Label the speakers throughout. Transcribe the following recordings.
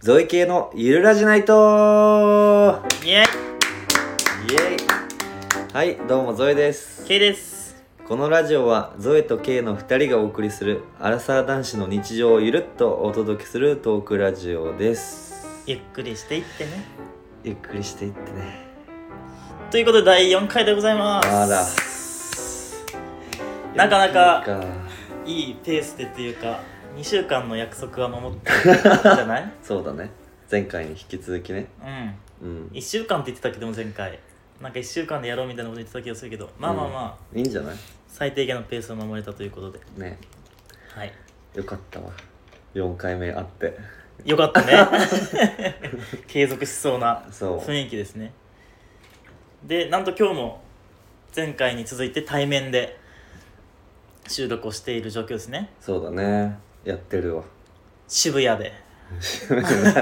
Speaker 1: ゾイ系のゆるラジナイト
Speaker 2: イエ
Speaker 1: イエイはいどうもゾイです
Speaker 2: イ K です
Speaker 1: このラジオはゾエと K の2人がお送りするアラサー男子の日常をゆるっとお届けするトークラジオです
Speaker 2: ゆっくりしていってね
Speaker 1: ゆっくりしていってね
Speaker 2: ということで第4回でございます
Speaker 1: あら
Speaker 2: なかなか
Speaker 1: か
Speaker 2: いいペースでというか2週間の約束は守ったんじゃない
Speaker 1: そうだね前回に引き続きね
Speaker 2: う
Speaker 1: うん
Speaker 2: ん1週間って言ってたけども前回なんか1週間でやろうみたいなこと言ってた気がするけどまあまあまあ、
Speaker 1: いいんじゃない
Speaker 2: 最低限のペースを守れたということで
Speaker 1: ね
Speaker 2: はい
Speaker 1: よかったわ4回目あって
Speaker 2: よかったね継続しそうな
Speaker 1: そう
Speaker 2: 雰囲気ですねでなんと今日も前回に続いて対面で収録をしている状況ですね
Speaker 1: そうだねやってる わ
Speaker 2: 渋谷で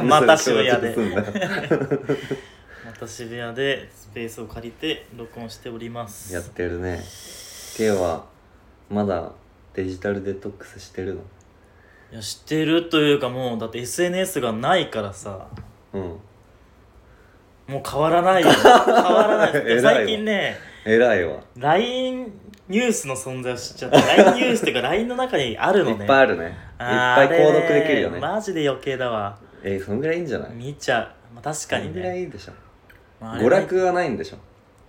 Speaker 2: また渋谷で
Speaker 1: そんなことすんだ
Speaker 2: また渋谷でスペースを借りて録音しております
Speaker 1: やってるね K はまだデジタルデトックスしてるの
Speaker 2: いや知ってるというかもうだって SNS がないからさ
Speaker 1: うん
Speaker 2: もう変わらない よ変わらない
Speaker 1: 偉いわ
Speaker 2: 最近ね
Speaker 1: 偉いわ
Speaker 2: LINE ニュースの存在を知っちゃって LINE ニュースっていうか LINE の中にある
Speaker 1: い
Speaker 2: の
Speaker 1: っ
Speaker 2: ね
Speaker 1: ぱいあるねいっ
Speaker 2: あー
Speaker 1: ぱい購読できるよ
Speaker 2: あれ
Speaker 1: ね
Speaker 2: マジで余計だわ
Speaker 1: えー、そんぐらいいいんじゃない
Speaker 2: 見ちゃう、まあ、確
Speaker 1: そ
Speaker 2: かに
Speaker 1: んぐら
Speaker 2: ね
Speaker 1: いいいでしょ
Speaker 2: まああれ
Speaker 1: 娯楽はないんでしょ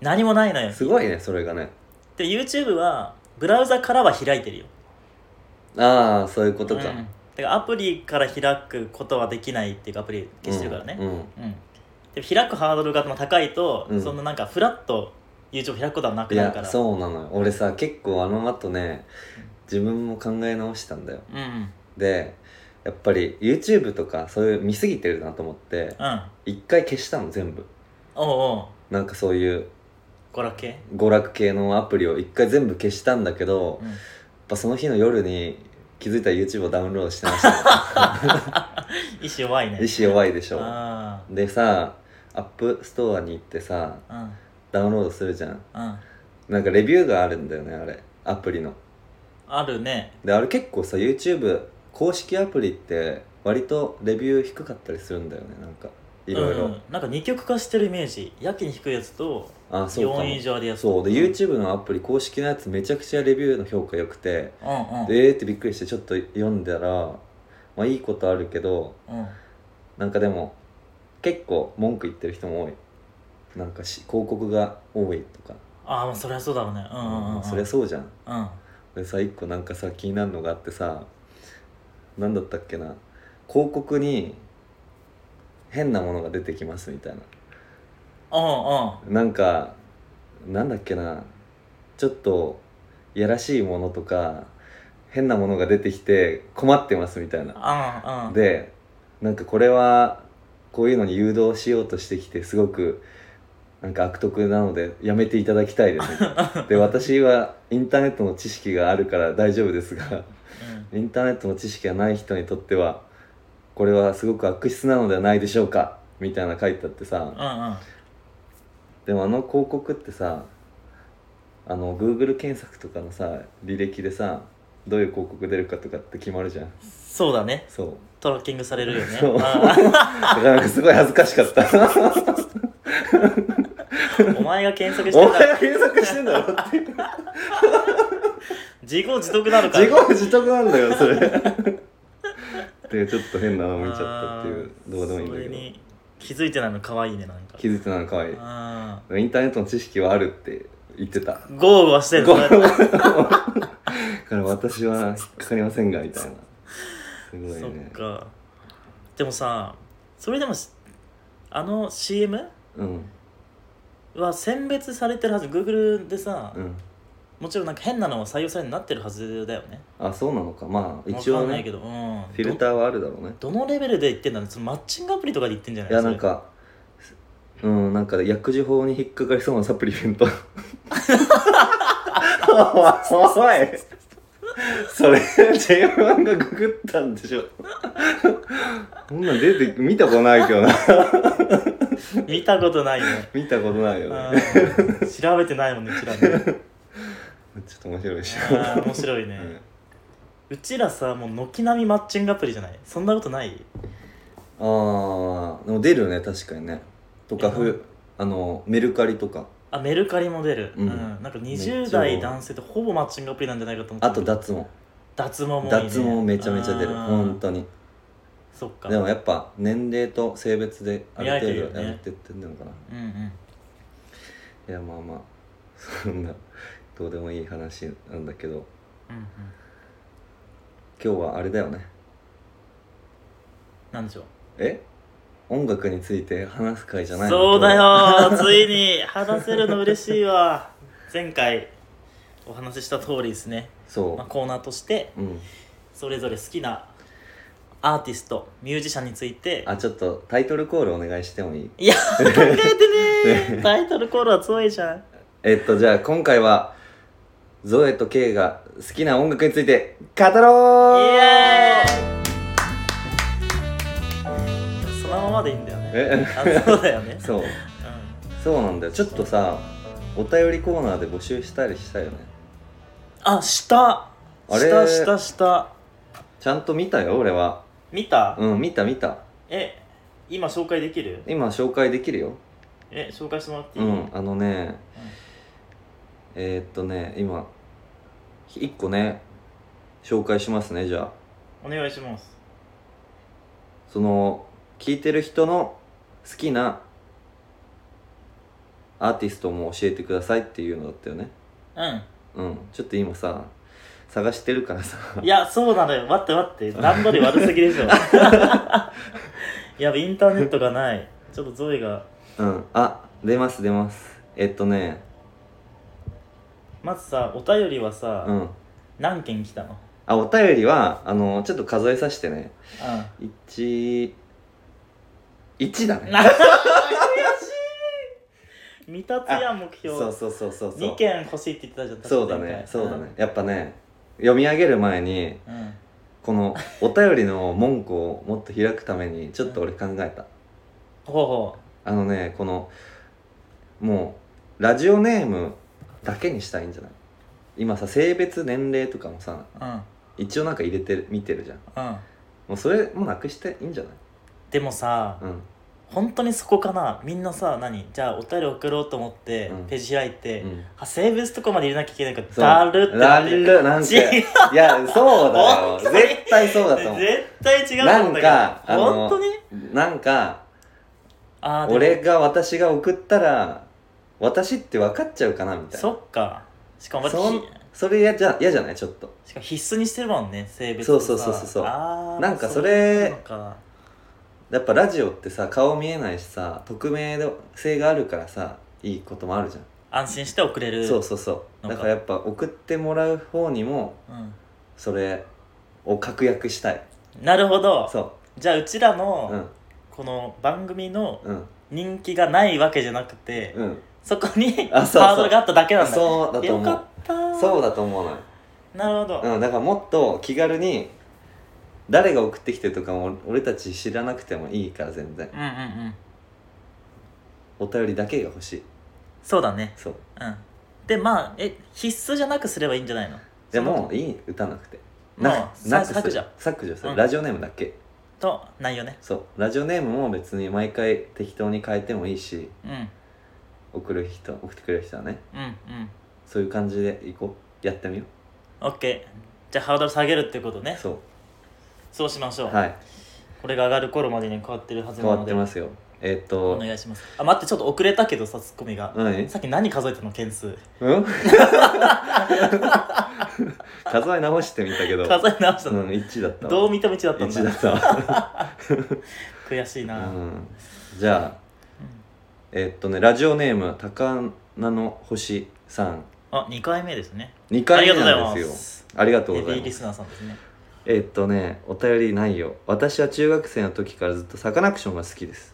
Speaker 2: 何もないのよ
Speaker 1: すごいねそれがね
Speaker 2: で YouTube はブラウザからは開いてるよ
Speaker 1: ああそういうこと
Speaker 2: うん、だ
Speaker 1: か、
Speaker 2: からアプリから開くことはできないっていうかアプリ消してるからね
Speaker 1: う、ん、うん
Speaker 2: うんで開くハードルがまあ高いと、
Speaker 1: うん
Speaker 2: そんななんかフラッと YouTube 開くことはなく
Speaker 1: い
Speaker 2: なるか
Speaker 1: や
Speaker 2: ら
Speaker 1: そうなのよ俺さ結構あの後ね自分も考え直したんだよ
Speaker 2: うんうん
Speaker 1: でやっぱり YouTube とかそういう見すぎてるなと思って
Speaker 2: うん
Speaker 1: 一回消したの全部
Speaker 2: おうおう
Speaker 1: なんかそういう
Speaker 2: 娯楽系
Speaker 1: 娯楽系のアプリを一回全部消したんだけど、
Speaker 2: う
Speaker 1: やっ
Speaker 2: ん
Speaker 1: ぱその日の夜に気づいたら YouTube をダウンロードしてました
Speaker 2: 意志弱い ね
Speaker 1: 意志弱いでしょ
Speaker 2: あ
Speaker 1: でさアップストアに行ってさ
Speaker 2: あうん
Speaker 1: ダウンロードするじゃん
Speaker 2: うん
Speaker 1: なんかレビューがあるんだよねあれアプリの
Speaker 2: あるね
Speaker 1: であれ結構さ YouTube 公式アプリって割とレビュー低かったりするんだよねなんかいろいろ、
Speaker 2: うん、なんか二極化してるイメージやけに低いやつと
Speaker 1: あそうかも
Speaker 2: 4以上あるやつ
Speaker 1: そうで
Speaker 2: うん
Speaker 1: YouTube のアプリ公式のやつめちゃくちゃレビューの評価良くて
Speaker 2: うんうん
Speaker 1: でえーってびっくりしてちょっと読んだらまあいいことあるけど
Speaker 2: うん
Speaker 1: なんかでも結構文句言ってる人も多いなんかし広告が多いとか、
Speaker 2: ああまあそりゃそうだろうねうんうんうん、うん、
Speaker 1: そりゃそうじゃん
Speaker 2: うん
Speaker 1: でさ一個なんかさ気になるのがあってさ何だったっけな広告に変なものが出てきますみたいな
Speaker 2: うんうん
Speaker 1: なんかなんだっけなちょっといやらしいものとか変なものが出てきて困ってますみたいな
Speaker 2: うんうん
Speaker 1: でなんかこれはこういうのに誘導しようとしてきてすごくなんか悪徳なのでやめていただきたいですみたいなで私はインターネットの知識があるから大丈夫ですが
Speaker 2: うん
Speaker 1: インターネットの知識がない人にとってはこれはすごく悪質なのではないでしょうかみたいな書いてあってさ、
Speaker 2: うんうん
Speaker 1: でもあの広告ってさあの Google 検索とかのさ履歴でさどういう広告出るかとかって決まるじゃん
Speaker 2: そうだね
Speaker 1: そう
Speaker 2: トラッキングされるよね
Speaker 1: そう
Speaker 2: あー
Speaker 1: だからなんかすごい恥ずかしかった
Speaker 2: お前が検索し
Speaker 1: お
Speaker 2: てた
Speaker 1: 前
Speaker 2: ら
Speaker 1: が検索してんだろって
Speaker 2: 自業自得なのか
Speaker 1: 自業自得なんだよそれでちょっと変なの見ちゃったっていう
Speaker 2: あー
Speaker 1: どうでもいいんだけ
Speaker 2: それ
Speaker 1: ど
Speaker 2: に気づいてないの可愛いねなんか
Speaker 1: 気づいてたのかわいい
Speaker 2: あ
Speaker 1: インターネットの知識はあるって言ってた
Speaker 2: ー豪語はしてる
Speaker 1: ご
Speaker 2: それ
Speaker 1: だから私は引っかかりませんがみたいなすごい
Speaker 2: そっ
Speaker 1: ね
Speaker 2: かでもさそれでもしあの CM
Speaker 1: うん
Speaker 2: は選別されてるはず Google でさ、
Speaker 1: うん
Speaker 2: もちろんなんか変なのは採用されるようになってるはずだよね
Speaker 1: あそうなのかまあ一応
Speaker 2: わかんない
Speaker 1: ね
Speaker 2: けど、うん、
Speaker 1: フィルターはあるだろうね
Speaker 2: どどのレベルで言ってんだろうそのマッチングアプリとかで言ってんじゃない
Speaker 1: いやなんかうんなんか薬事法に引っかかりそうなサプリメントおいそれ J1 がググったんでしょそんなん出て見たことないけどな
Speaker 2: それ見たことな いね
Speaker 1: 見たことないよ
Speaker 2: あ
Speaker 1: ね
Speaker 2: ー調べてないもんねうちら ね
Speaker 1: ちょっと面白いし
Speaker 2: あー面白いね、うちらさもう軒並みマッチングアプリじゃないそんなことない
Speaker 1: ああでも出るよね確かにねとか
Speaker 2: うん
Speaker 1: ふあのメルカリとか
Speaker 2: あメルカリも出る、う
Speaker 1: うんん
Speaker 2: なんか
Speaker 1: めっ
Speaker 2: 20
Speaker 1: ちゃ多い
Speaker 2: 代男性ってほぼマッチングアプリなんじゃないかと思って
Speaker 1: あと脱毛
Speaker 2: 脱毛もいい、ね、
Speaker 1: 脱毛めちゃめちゃ出る
Speaker 2: うん
Speaker 1: 本当に
Speaker 2: そっか
Speaker 1: でもやっぱ年齢と性別である程
Speaker 2: 見られてるよ
Speaker 1: 度
Speaker 2: ね
Speaker 1: やってってんのかな
Speaker 2: うんうん
Speaker 1: いやまあま あそんなどうでもいい話なんだけど
Speaker 2: うんうん
Speaker 1: 今日はあれだよね
Speaker 2: なんでしょう
Speaker 1: え音楽について話す会じゃないの
Speaker 2: そうだよついに話せるの嬉しいわ前回お話しした通りですね、まあ、
Speaker 1: そ
Speaker 2: コーナーとして
Speaker 1: ううん
Speaker 2: それぞれ好きなアーティストミュージシャンについて
Speaker 1: あちょっとタイトルコールお願いしてもいい
Speaker 2: いや考えてねタイトルコールは強いじゃん
Speaker 1: えっとじゃあ今回はゾエとケイが好きな音楽について語ろう
Speaker 2: イエーイそのままでいいんだよね
Speaker 1: え
Speaker 2: あそうだよね
Speaker 1: そうそうなんだよちょっとさお便りコーナーで募集したりしたよね
Speaker 2: あ下
Speaker 1: れ
Speaker 2: 下下下
Speaker 1: ちゃんと見たよ俺は
Speaker 2: 見た、
Speaker 1: うん見た見た
Speaker 2: え今紹介できる
Speaker 1: 今紹介できるよ
Speaker 2: え紹介してもらっていうい、
Speaker 1: んあのね、えー、っとね今一個ね紹介しますねじゃあ
Speaker 2: お願いします
Speaker 1: その聞いてる人の好きなアーティストも教えてくださいっていうのだったよね
Speaker 2: うん
Speaker 1: うんちょっと今さ探してるからさ
Speaker 2: いや、そうなのよ。待って待って。段取り悪すぎでしょ。 やべ、インターネットがない。ちょっとゾイが。
Speaker 1: うんあ出ます出ますえっとね
Speaker 2: まずさ、お便りはさ、
Speaker 1: うん
Speaker 2: 何件来たの
Speaker 1: あお便りはあのちょっと数えさせてね
Speaker 2: う
Speaker 1: 11だ
Speaker 2: ん。
Speaker 1: ね
Speaker 2: な悔しい未達やん目標。
Speaker 1: そうそうそうそうそ
Speaker 2: 2
Speaker 1: う
Speaker 2: 件欲しいって言ってたじゃん。確か
Speaker 1: そうだねそうだね、。やっぱね読み上げる前に
Speaker 2: 前回うん。
Speaker 1: このお便りの文庫をもっと開くためにちょっと俺考えた
Speaker 2: ほうほ
Speaker 1: あのねこのもうラジオネームだけにしたいんじゃない今さ性別年齢とかもさ
Speaker 2: う。うん。うん。
Speaker 1: 一応なんか入れてる見てるじゃんもうそれもなくしていいんじゃない
Speaker 2: でもさ、
Speaker 1: うん
Speaker 2: 本当にそこかなみんなさ、何じゃあお便り送ろうと思って、
Speaker 1: うん
Speaker 2: ページ開いて、
Speaker 1: うん
Speaker 2: あ、セーブスとこまで入れなきゃいけないから、
Speaker 1: そう
Speaker 2: だるってな
Speaker 1: だ
Speaker 2: ってる
Speaker 1: るなんか
Speaker 2: 違う
Speaker 1: いやそうだよ
Speaker 2: 本当に
Speaker 1: 絶対そうだと思
Speaker 2: 絶対違うと思うん
Speaker 1: なん
Speaker 2: だけど
Speaker 1: かあの
Speaker 2: 本当に
Speaker 1: うなんか
Speaker 2: あーでも
Speaker 1: 俺が私が送ったら私って分かっちゃうかなみたいな
Speaker 2: そっかしかも
Speaker 1: そ
Speaker 2: ひ
Speaker 1: んそれ嫌じゃ嫌じゃないちょっと
Speaker 2: しかも必須にしてるもんね性別
Speaker 1: そうそうそうそうそう
Speaker 2: あー
Speaker 1: なんかそれ
Speaker 2: そうか
Speaker 1: やっぱラジオってさ顔見えないしさ匿名性があるからさいいこともあるじゃん、
Speaker 2: 安心して送れる
Speaker 1: そうそうそう
Speaker 2: なんか
Speaker 1: だからやっぱ送ってもらう方にも
Speaker 2: うん
Speaker 1: それを確約したい
Speaker 2: なるほど
Speaker 1: そ
Speaker 2: じゃあうちら
Speaker 1: うう
Speaker 2: の
Speaker 1: ん
Speaker 2: この番組の
Speaker 1: うん
Speaker 2: 人気がないわけじゃなくて
Speaker 1: うん
Speaker 2: そこにハ
Speaker 1: あそうそう
Speaker 2: ードルがあっただけなんだ
Speaker 1: そうだと
Speaker 2: よ
Speaker 1: 思
Speaker 2: か
Speaker 1: う
Speaker 2: ったー
Speaker 1: そうだと思うのよ、
Speaker 2: なるほど
Speaker 1: うん、だからもっと気軽に誰が送ってきてるとかも俺たち知らなくてもいいから全然
Speaker 2: うんうんうん
Speaker 1: お便りだけが欲しい
Speaker 2: そうだね
Speaker 1: そう
Speaker 2: うんでまあえ必須じゃなくすればいいんじゃないの
Speaker 1: でもいい打たなくて
Speaker 2: まあ
Speaker 1: な
Speaker 2: さ
Speaker 1: なくする
Speaker 2: 削除
Speaker 1: 削除する、
Speaker 2: うん
Speaker 1: ラジオネームだけ
Speaker 2: と内容ね
Speaker 1: そうラジオネームも別に毎回適当に変えてもいいし
Speaker 2: うんうん
Speaker 1: 送る人送ってくれる人はね
Speaker 2: うん
Speaker 1: そういう感じでいこうやってみよ
Speaker 2: オッケーじゃあハードル下げるってこと
Speaker 1: う
Speaker 2: ね
Speaker 1: そ
Speaker 2: そうしましょ
Speaker 1: う
Speaker 2: う、
Speaker 1: はい
Speaker 2: これが上がる頃までに変わってるはず
Speaker 1: 変
Speaker 2: な
Speaker 1: わ
Speaker 2: の
Speaker 1: っ
Speaker 2: で
Speaker 1: てますよえーっ
Speaker 2: お
Speaker 1: と
Speaker 2: 願いしますあ待ってちょっと遅れたけどさツッコミが、
Speaker 1: 何
Speaker 2: さっき何数えたの件数
Speaker 1: うん 数え直してみたけど
Speaker 2: 数え直した
Speaker 1: う
Speaker 2: の、
Speaker 1: ん1だったわ
Speaker 2: どう見ても1だったん
Speaker 1: 1だ
Speaker 2: だ
Speaker 1: ったわ
Speaker 2: 悔しいな、
Speaker 1: うんじゃあえーっとねラジオネーム高菜の星さん
Speaker 2: あ2回目ですね
Speaker 1: 2
Speaker 2: あ
Speaker 1: 回
Speaker 2: りが
Speaker 1: 目
Speaker 2: とうござい
Speaker 1: なん
Speaker 2: ま
Speaker 1: ですよ
Speaker 2: す
Speaker 1: ありがとう
Speaker 2: ヘ
Speaker 1: ござ
Speaker 2: ビ
Speaker 1: い
Speaker 2: ー
Speaker 1: ま
Speaker 2: リ
Speaker 1: す
Speaker 2: スナーさんですね
Speaker 1: えっとねお便り内容私は中学生の時からずっとサカナクションが好きです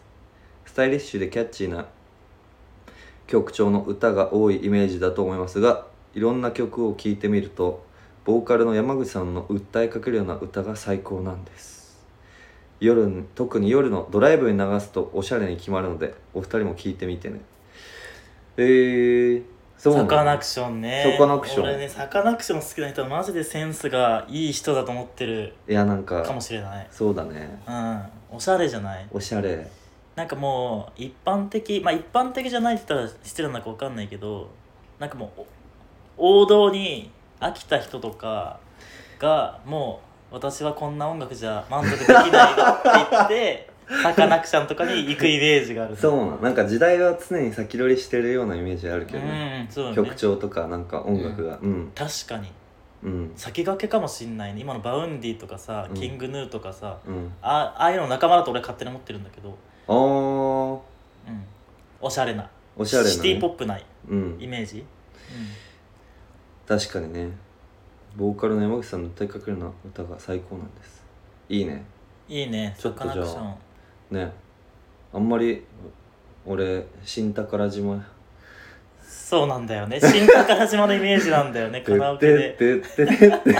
Speaker 1: スタイリッシュでキャッチーな曲調の歌が多いイメージだと思いますがいろんな曲を聴いてみるとボーカルの山口さんの訴えかけるような歌が最高なんです夜に特に夜のドライブに流すとおしゃれに決まるのでお二人も聴いてみてねえー、そう
Speaker 2: サ
Speaker 1: な
Speaker 2: カナ
Speaker 1: の
Speaker 2: クションね
Speaker 1: サカナクション
Speaker 2: 俺ねサカナクション好きな人はマジでセンスがいい人だと思ってる
Speaker 1: いやなん
Speaker 2: かも
Speaker 1: か
Speaker 2: しれない
Speaker 1: そうだね
Speaker 2: うんおしゃれじゃない
Speaker 1: おしゃれ
Speaker 2: なんかもう一般的まあ一般的じゃないって言ったら失礼なのか分かんないけどなんかもうお王道に飽きた人とかがもう私はこんな音楽じゃ満足できないって言って サカナクションとかに行くイメージがある
Speaker 1: そう
Speaker 2: う
Speaker 1: なのなんか時代は常に先取りしてるようなイメージあるけどね、
Speaker 2: んそうね
Speaker 1: 曲調とかなんか音楽がうん
Speaker 2: 確かに
Speaker 1: うん
Speaker 2: 先駆けかもしんないね今のバウンディとかさ、
Speaker 1: うん
Speaker 2: キングヌーとかさ
Speaker 1: うん
Speaker 2: あああいうの仲間だと俺勝手に思ってるんだけど、
Speaker 1: あー
Speaker 2: うん、おしゃれな
Speaker 1: おしゃれな、ね、
Speaker 2: シティポップない
Speaker 1: うん
Speaker 2: イメージ、
Speaker 1: 確かにねボーカルの山口さんの歌いかけるな歌が最高なんですいいね
Speaker 2: うん、いいね
Speaker 1: ちょ
Speaker 2: サ
Speaker 1: っと
Speaker 2: カ
Speaker 1: じゃ
Speaker 2: ナ
Speaker 1: あ
Speaker 2: クション
Speaker 1: ねあんまり俺新宝島
Speaker 2: そうなんだよね新宝島のイメージなんだよ ねカラオケで
Speaker 1: てってってってって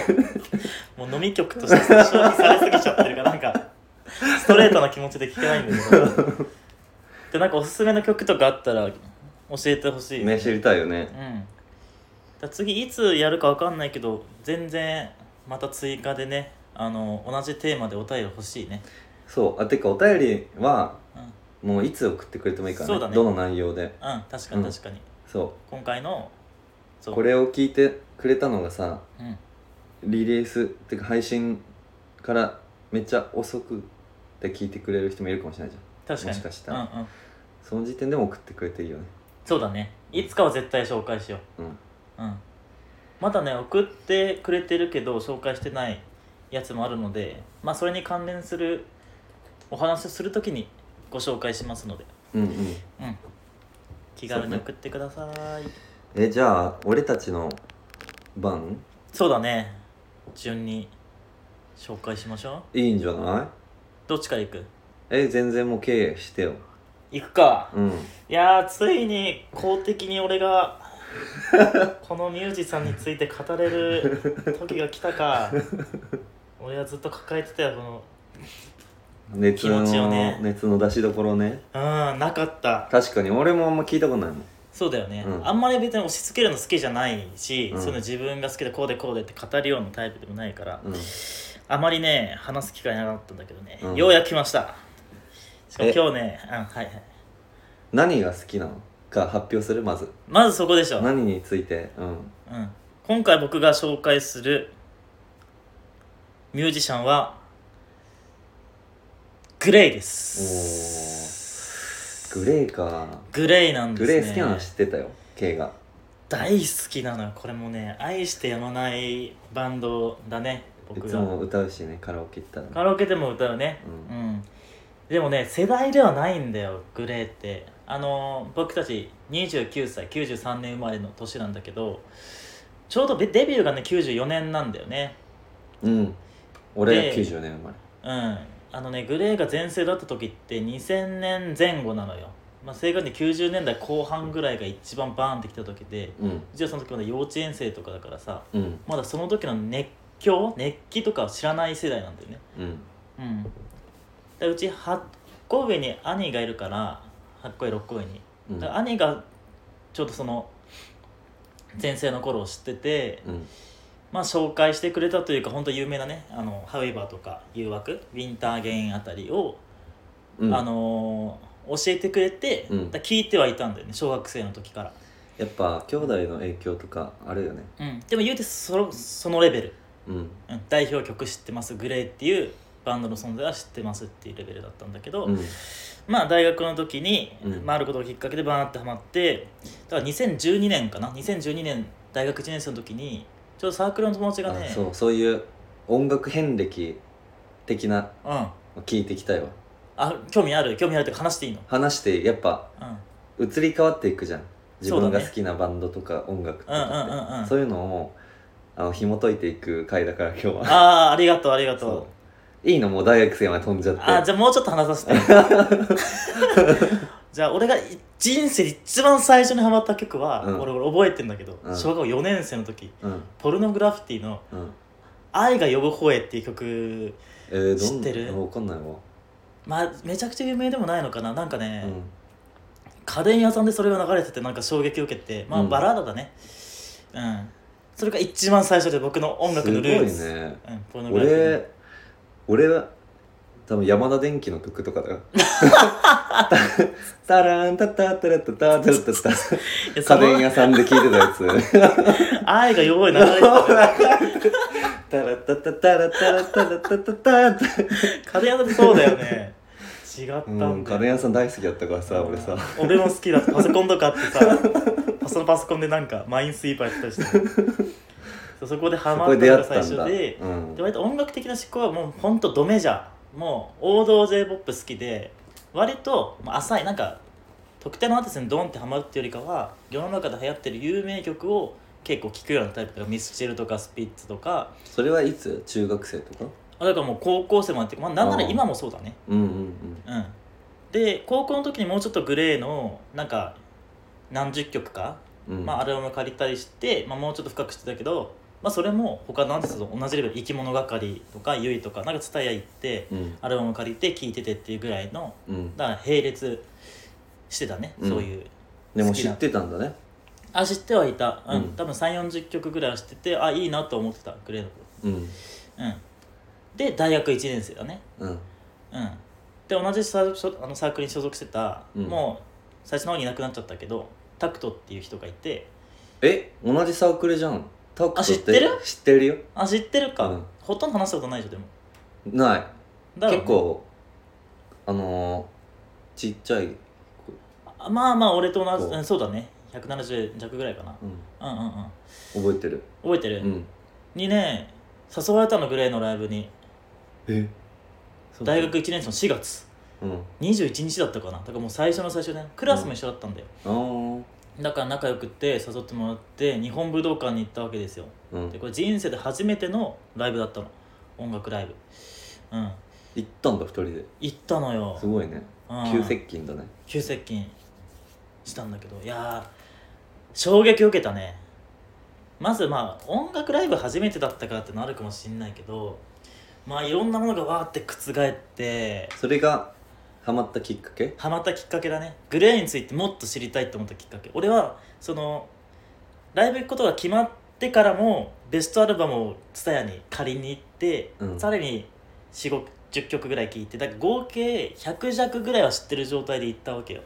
Speaker 2: もう飲み曲として最初にされすぎちゃってるからな んかストレートな気持ちで聴けないんだけどでなんかおすすめの曲とかあったら教えてほしい
Speaker 1: ね知りたいよね
Speaker 2: うん、だ次いつやるかわかんないけど全然また追加でねあの同じテーマでお便り欲しいね、
Speaker 1: そうあてかお便りは
Speaker 2: うん、うん
Speaker 1: もういつ送ってくれてもいいから
Speaker 2: そう
Speaker 1: ね
Speaker 2: だね
Speaker 1: どの内容で
Speaker 2: 確かに確かに、
Speaker 1: そ
Speaker 2: 今回の
Speaker 1: う
Speaker 2: そう
Speaker 1: これを聞いてくれたのがさ
Speaker 2: うん、
Speaker 1: リリースってか配信からめっちゃ遅くで聞いてくれる人もいるかもしれないじゃん
Speaker 2: 確かに
Speaker 1: もしかしたら
Speaker 2: うんうん、
Speaker 1: その時点でも送ってくれていいよね
Speaker 2: そうだねいつかは絶対紹介しよ
Speaker 1: うん
Speaker 2: う、うん、まだね送ってくれてるけど紹介してないやつもあるのでまあそれに関連するお話をするときにご紹介しますので、
Speaker 1: うんうん
Speaker 2: うん、気軽に送ってください
Speaker 1: えじゃあ俺たちの番
Speaker 2: そうだね順に紹介しましょう
Speaker 1: いいんじゃない
Speaker 2: どっちから行く
Speaker 1: え全然もう経営してよ
Speaker 2: 行くか
Speaker 1: うん
Speaker 2: いやーついに公的に 俺がこのミュージさんについて語れる時が来たか俺はずっと抱えてたよこの
Speaker 1: 熱の
Speaker 2: 気持ちをね
Speaker 1: 熱の出しどころね
Speaker 2: うんなかった
Speaker 1: 確かに俺もあんま聞いたことないもん
Speaker 2: そうだよね、
Speaker 1: うん
Speaker 2: あんまり別に押し付けるの好きじゃないし、
Speaker 1: うん
Speaker 2: そういうの自分が好きでこうでこうでって語るようなタイプでもないから、
Speaker 1: うん
Speaker 2: あまりね話す機会なかったんだけどね、
Speaker 1: うん
Speaker 2: ようやく来ましたしかも
Speaker 1: え
Speaker 2: 今日ねうんはいはい
Speaker 1: 何が好きなのか発表するまず
Speaker 2: まずそこでしょ
Speaker 1: 何についてうん
Speaker 2: うん、今回僕が紹介するミュージシャンはグレイです
Speaker 1: グレーか
Speaker 2: グレイなんで
Speaker 1: グ
Speaker 2: すね
Speaker 1: レー好きなの知ってたよ K が
Speaker 2: 大好きなのよこれもね愛してやまないバンドだね
Speaker 1: い
Speaker 2: 僕
Speaker 1: つ
Speaker 2: が
Speaker 1: も歌うしねカラオケ行ったら
Speaker 2: カラオケでも歌うねう、
Speaker 1: うん
Speaker 2: でもね世代ではないんだよグレーってあのー僕たち29歳93年生まれの年なんだけどちょうどデデビューがね94年なんだよね
Speaker 1: うん俺
Speaker 2: で
Speaker 1: 90年生まれ
Speaker 2: うんあのねグレーが全盛だった時って2000年前後なのよ、まあ、正確に90年代後半ぐらいが一番バーンってきた時で
Speaker 1: うん
Speaker 2: うちはその時まだ幼稚園生とかだからさ
Speaker 1: うん
Speaker 2: まだその時の熱狂熱気とかを知らない世代なんだよね
Speaker 1: うん
Speaker 2: うんでうち8個上に兄がいるから8個上6個上に
Speaker 1: うん
Speaker 2: だから兄がちょうどその全盛の頃を知ってて
Speaker 1: うん
Speaker 2: まあ、紹介してくれたというか本当有名なね「あのハウエバー」とか「誘惑」「ウィンターゲイン」あたりを、
Speaker 1: うん
Speaker 2: あのー教えてくれて、
Speaker 1: うん
Speaker 2: だ聞いてはいたんだよね小学生の時から、
Speaker 1: やっぱ兄弟の影響とかあるよね
Speaker 2: うん、でも言うてそのそのレベル、
Speaker 1: うん
Speaker 2: うん、代表曲知ってますグレーっていうバンドの存在は知ってますっていうレベルだったんだけど、
Speaker 1: うん
Speaker 2: まあ大学の時に、
Speaker 1: うん
Speaker 2: まあ、あることをきっかけでバーンってハマってだから2012年かな2012年大学1年生の時にちょうどサークルの友達がね
Speaker 1: あそうそういう音楽遍歴的な
Speaker 2: うん
Speaker 1: の聞いていきたいわ
Speaker 2: あ興味ある興味あるってか話していいの
Speaker 1: 話してやっぱ
Speaker 2: うん
Speaker 1: 移り変わっていくじゃん自
Speaker 2: そうだね
Speaker 1: 分が好きなバンドとか音楽と
Speaker 2: うんうんうん
Speaker 1: か
Speaker 2: う
Speaker 1: っ
Speaker 2: ん
Speaker 1: てそういうのをあの紐解いていく回だから今日は
Speaker 2: ああありがとうありがと
Speaker 1: そういいのもう大学生まで飛んじゃ
Speaker 2: うあ
Speaker 1: っ
Speaker 2: じ
Speaker 1: て
Speaker 2: ゃあもうちょっと話させて じゃあ俺が人生で一番最初にハマった曲は、
Speaker 1: うん
Speaker 2: 俺俺覚えてんだけど、
Speaker 1: うん
Speaker 2: 小学校4年生の時
Speaker 1: うん
Speaker 2: ポルノグラフィティの
Speaker 1: うん
Speaker 2: 「愛が呼ぶ方へ」っていう曲
Speaker 1: えー、どん
Speaker 2: 知ってる
Speaker 1: わかんないわ
Speaker 2: まあめちゃくちゃ有名でもないのかななんかね、
Speaker 1: うん
Speaker 2: 家電屋さんでそれが流れててなんか衝撃を受けてま
Speaker 1: う
Speaker 2: あ
Speaker 1: ん
Speaker 2: バラードだねうん、それが一番最初で僕の音楽のルー
Speaker 1: す
Speaker 2: ツ、
Speaker 1: ごいね
Speaker 2: うん、ポルノグラフィー
Speaker 1: 俺俺は多分山田電機の曲とか だよタランタタタラタタタラタタ
Speaker 2: いやそ
Speaker 1: 家
Speaker 2: の
Speaker 1: 電屋さんで聴いてたやつ
Speaker 2: 愛が弱い流れてた
Speaker 1: タラタタタラタラタラタタタタ
Speaker 2: 家電屋さんってそうだよね違ったんだ
Speaker 1: うん家電屋さん大好きだったからさ俺さ
Speaker 2: うん俺も好きだったパソコンとかあってさそのパソコンでなんかマインスイーパーやってたりしてそうそこでハ
Speaker 1: そ
Speaker 2: マ
Speaker 1: こ
Speaker 2: っ
Speaker 1: で
Speaker 2: た
Speaker 1: 出
Speaker 2: の
Speaker 1: 会
Speaker 2: が
Speaker 1: ったん
Speaker 2: 最初
Speaker 1: だ
Speaker 2: で
Speaker 1: うん
Speaker 2: で割と音楽的な思考はもうほんとドメジャーもう王道 j p o p 好きで割とまあ浅いなんか特定のアーティストにドンってハマるっていうよりかは世の中で流行ってる有名曲を結構聴くようなタイプとかミスチルとかスピッツとか
Speaker 1: それはいつ中学生とか
Speaker 2: あだからもう高校生もあって、まあ、なんなら今もそうだね
Speaker 1: うんうんうん
Speaker 2: うん、で高校の時にもうちょっとグレーのなんか何十曲か、
Speaker 1: うん
Speaker 2: まあ、アルバム借りたりして、まあ、もうちょっと深くしてたけど、まあ、それも他のアーティストと同じレベル生き物係とかゆいとかなんか蔦屋行って
Speaker 1: うん
Speaker 2: アルバム借りて聴いててっていうぐらいの
Speaker 1: うん
Speaker 2: だから並列してたね、
Speaker 1: うん
Speaker 2: そういう
Speaker 1: でも
Speaker 2: 好き
Speaker 1: 知
Speaker 2: な
Speaker 1: ってたんだね
Speaker 2: あ知ってはいた、うん
Speaker 1: うん
Speaker 2: 多分3 4 0曲ぐらいは知っててあいいなと思ってたグレーの頃
Speaker 1: うん
Speaker 2: うんで大学1年生だね
Speaker 1: うん
Speaker 2: うん、で同じサー所あのサークルに所属してた、
Speaker 1: うん
Speaker 2: もう最初の方にいなくなっちゃったけどタクトっていう人がいて
Speaker 1: え同じサークルじゃんタクト
Speaker 2: あ知ってる
Speaker 1: 知ってるよ
Speaker 2: あ知ってるか、
Speaker 1: うん
Speaker 2: ほとんど話したことないでしょでも
Speaker 1: ない
Speaker 2: だろうね
Speaker 1: 結構あのー、ちっちゃい、
Speaker 2: あまあまあ俺と同じ、
Speaker 1: こう
Speaker 2: うん、そうだね170弱ぐらいかな
Speaker 1: うん、
Speaker 2: うんうんうん
Speaker 1: 覚えてる、
Speaker 2: 覚えてる、
Speaker 1: うん、
Speaker 2: にね誘われたのグレーのライブに
Speaker 1: え
Speaker 2: 大学1年生の4月
Speaker 1: うん
Speaker 2: 21日だったかなだからもう最初の最初ねクラスも一緒だったんだよ、
Speaker 1: あー
Speaker 2: だから仲良くって誘ってもらって日本武道館に行ったわけですよ
Speaker 1: うん
Speaker 2: でこれ人生で初めてのライブだったの音楽ライブうん
Speaker 1: 行ったんだ二人で
Speaker 2: 行ったのよ
Speaker 1: すごいね
Speaker 2: うん
Speaker 1: 急接近だね
Speaker 2: 急接近したんだけどいやー衝撃を受けたねまずまあ音楽ライブ初めてだったからってのあるかもしんないけどまあいろんなものがわーって覆って
Speaker 1: それがハマったきっかけ
Speaker 2: ハマったきっかけだねグレーについてもっと知りたいって思ったきっかけ俺はそのライブ行くことが決まってからもベストアルバムを TSUTAYA に借りに行って、
Speaker 1: うん
Speaker 2: さらに4 5 0曲ぐらい聴いてだから合計100弱ぐらいは知ってる状態で行ったわけよ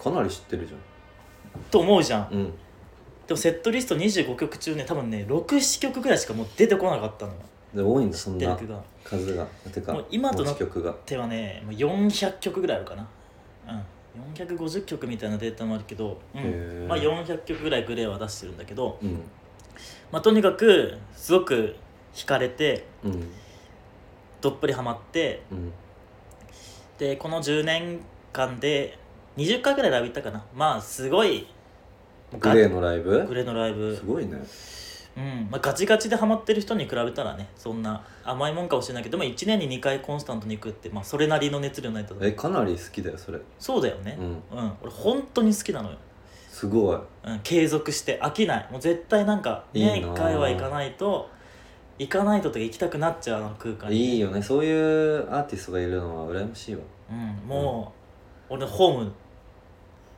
Speaker 1: かなり知ってるじ
Speaker 2: と思うじゃん
Speaker 1: ゃんうん
Speaker 2: でもセットリスト25曲中ね多分ね67曲ぐらいしかもう出てこなかったのよ
Speaker 1: で多いんだ
Speaker 2: 知
Speaker 1: そ
Speaker 2: っ
Speaker 1: ん
Speaker 2: てる
Speaker 1: な
Speaker 2: 曲が
Speaker 1: 数がてか
Speaker 2: もう今とな
Speaker 1: 持ち曲が
Speaker 2: 手はねもう400曲ぐらいあるかなうん450曲みたいなデータもあるけど、うん
Speaker 1: へー
Speaker 2: まあ、400曲ぐらいグレーは出してるんだけど、
Speaker 1: うん
Speaker 2: まあ、とにかくすごく惹かれて
Speaker 1: うん
Speaker 2: どっぷりハマって
Speaker 1: うん
Speaker 2: でこの10年間で20回ぐらいライブ行ったかなまあすごい
Speaker 1: グレー
Speaker 2: の
Speaker 1: のライブ
Speaker 2: グレーのライブ
Speaker 1: すごいね
Speaker 2: うんまあ、ガチガチでハマってる人に比べたらねそんな甘いもんかもしれないけど、まあ、1年に2回コンスタントに行くって、まあ、それなりの熱量ないと
Speaker 1: えかなり好きだよそれ
Speaker 2: そうだよね
Speaker 1: うん
Speaker 2: うん、俺本当に好きなのよ、
Speaker 1: すごい
Speaker 2: うん、継続して飽きないもう絶対なんか
Speaker 1: い
Speaker 2: 年
Speaker 1: いなあ
Speaker 2: 1回は行かないと行かないととか行きたくなっちゃうあの空間に
Speaker 1: いいよねそういうアーティストがいるのは羨ましいわ
Speaker 2: うん、もう、俺のホーム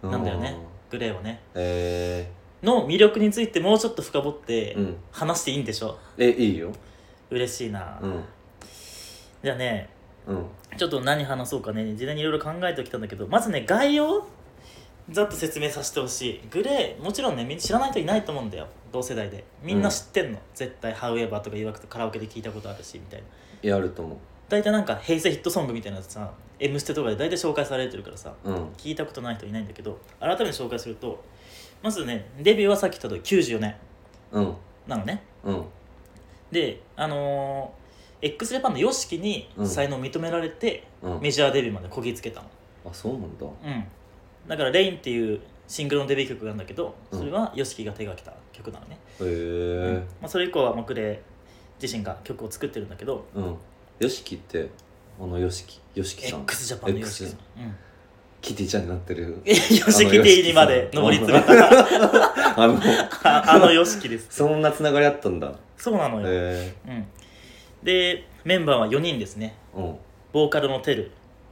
Speaker 1: う
Speaker 2: なんだよねグレーをね
Speaker 1: え
Speaker 2: の魅力についてもうちょっと深掘って
Speaker 1: ー、うん
Speaker 2: 話していいんでしょ、
Speaker 1: えいいよ
Speaker 2: 嬉しいな、
Speaker 1: うん
Speaker 2: じゃあね
Speaker 1: うん
Speaker 2: ちょっと何話そうかね事前にいろいろ考えてきたんだけどまずね概要をざっと説明させてほしいグレーもちろんねみんな知らない人いないと思うんだよ同世代でみんな知ってんの、絶対「ハウエバー」とか言わくとカラオケで聞いたことあるしみたいな
Speaker 1: やると思
Speaker 2: 大体なんか平成ヒットソングみたいなやつさ「M ステ」とかで大体紹介されてるからさ
Speaker 1: ううん
Speaker 2: 聞いたことない人いないんだけど改めて紹介するとまずねデビューはさっき言った通り94年
Speaker 1: うん
Speaker 2: なのね
Speaker 1: うん
Speaker 2: であのー、x レパンの YOSHIKI に
Speaker 1: うん
Speaker 2: 才能を認められて、
Speaker 1: うん
Speaker 2: メジャーデビューまでこぎつけたの
Speaker 1: あそうなんだ
Speaker 2: うんだから「レインっていうシングルのデビュー曲があるんだけど
Speaker 1: うん
Speaker 2: それは YOSHIKI が手がけた曲なのね、
Speaker 1: へえ
Speaker 2: まあ、それ以降は木で自身が曲を作ってるんだけど
Speaker 1: うんよしきってあのよしきよしきさん
Speaker 2: x ジャパンの YOSHIKI さ
Speaker 1: X
Speaker 2: ん、うん、
Speaker 1: キティちゃんになってる
Speaker 2: YOSHIKI D にまで上り詰めた
Speaker 1: た あの
Speaker 2: あの YOSHIKI です
Speaker 1: そんなつながりあったんだ
Speaker 2: そうなのよ、
Speaker 1: へ
Speaker 2: うん、でメンバーは4人ですね
Speaker 1: えうん
Speaker 2: ボーカルのテル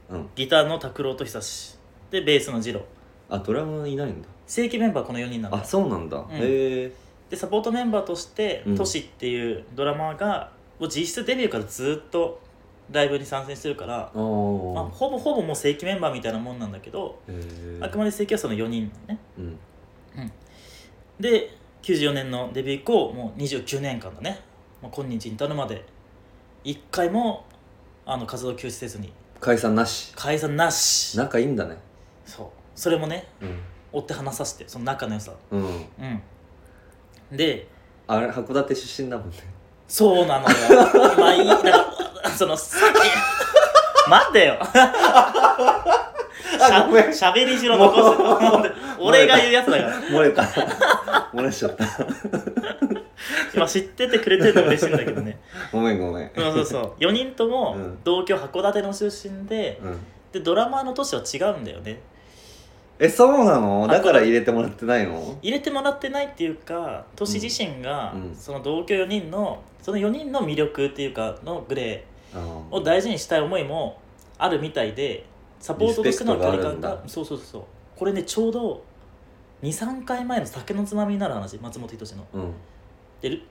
Speaker 1: うん
Speaker 2: ギターの拓郎と久志でベースのジロ
Speaker 1: あドラムいないんだ
Speaker 2: 正規メンバーこの4人なんだ
Speaker 1: あそうなんだ、
Speaker 2: ん
Speaker 1: へえ
Speaker 2: でサポートメンバーとして
Speaker 1: うん
Speaker 2: トシっていうドラマーが、もう実質デビューからずっとライブに参戦してるから、
Speaker 1: あ
Speaker 2: まあ、
Speaker 1: あ
Speaker 2: ほぼほぼもう正規メンバーみたいなもんなんだけど、
Speaker 1: へえ
Speaker 2: あくまで正規はその4人なのね
Speaker 1: うん
Speaker 2: で94年のデビュー以降もう29年間だね、まあ、今日に至るまで一回もあの活動休止せずに
Speaker 1: 解散なし
Speaker 2: 解散なし
Speaker 1: 仲いいんだね
Speaker 2: そうそれもね
Speaker 1: うん
Speaker 2: 追って話させてその仲の良さ
Speaker 1: うん
Speaker 2: うんで
Speaker 1: あれ函館出身だ もんね
Speaker 2: そうなのよまあいいだからそのさ待 てよしゃ
Speaker 1: ごめん
Speaker 2: しゃべりしろ残す俺が言うやつだ から
Speaker 1: 漏れた漏れしちゃった
Speaker 2: 今知っててくれてるの嬉しいんだけどね
Speaker 1: ごめんごめん
Speaker 2: そうそうそう4人とも
Speaker 1: うん
Speaker 2: 同居函館の出身で
Speaker 1: うん
Speaker 2: でドラマーの年は違うんだよね
Speaker 1: えそうなのだから入れてもらってないの
Speaker 2: 入れてもらってないっていうか年自身が、
Speaker 1: うん
Speaker 2: その同居4人のその4人の魅力っていうかのグレ
Speaker 1: あー
Speaker 2: ーを大事にしたい思いもあるみたいでサポートとしての
Speaker 1: リスペクトがあ
Speaker 2: 取
Speaker 1: る
Speaker 2: り
Speaker 1: ん
Speaker 2: 方
Speaker 1: だ
Speaker 2: がそうそうそうこれねちょうど23回前の酒のつまみになる話松本人志の
Speaker 1: うん
Speaker 2: でル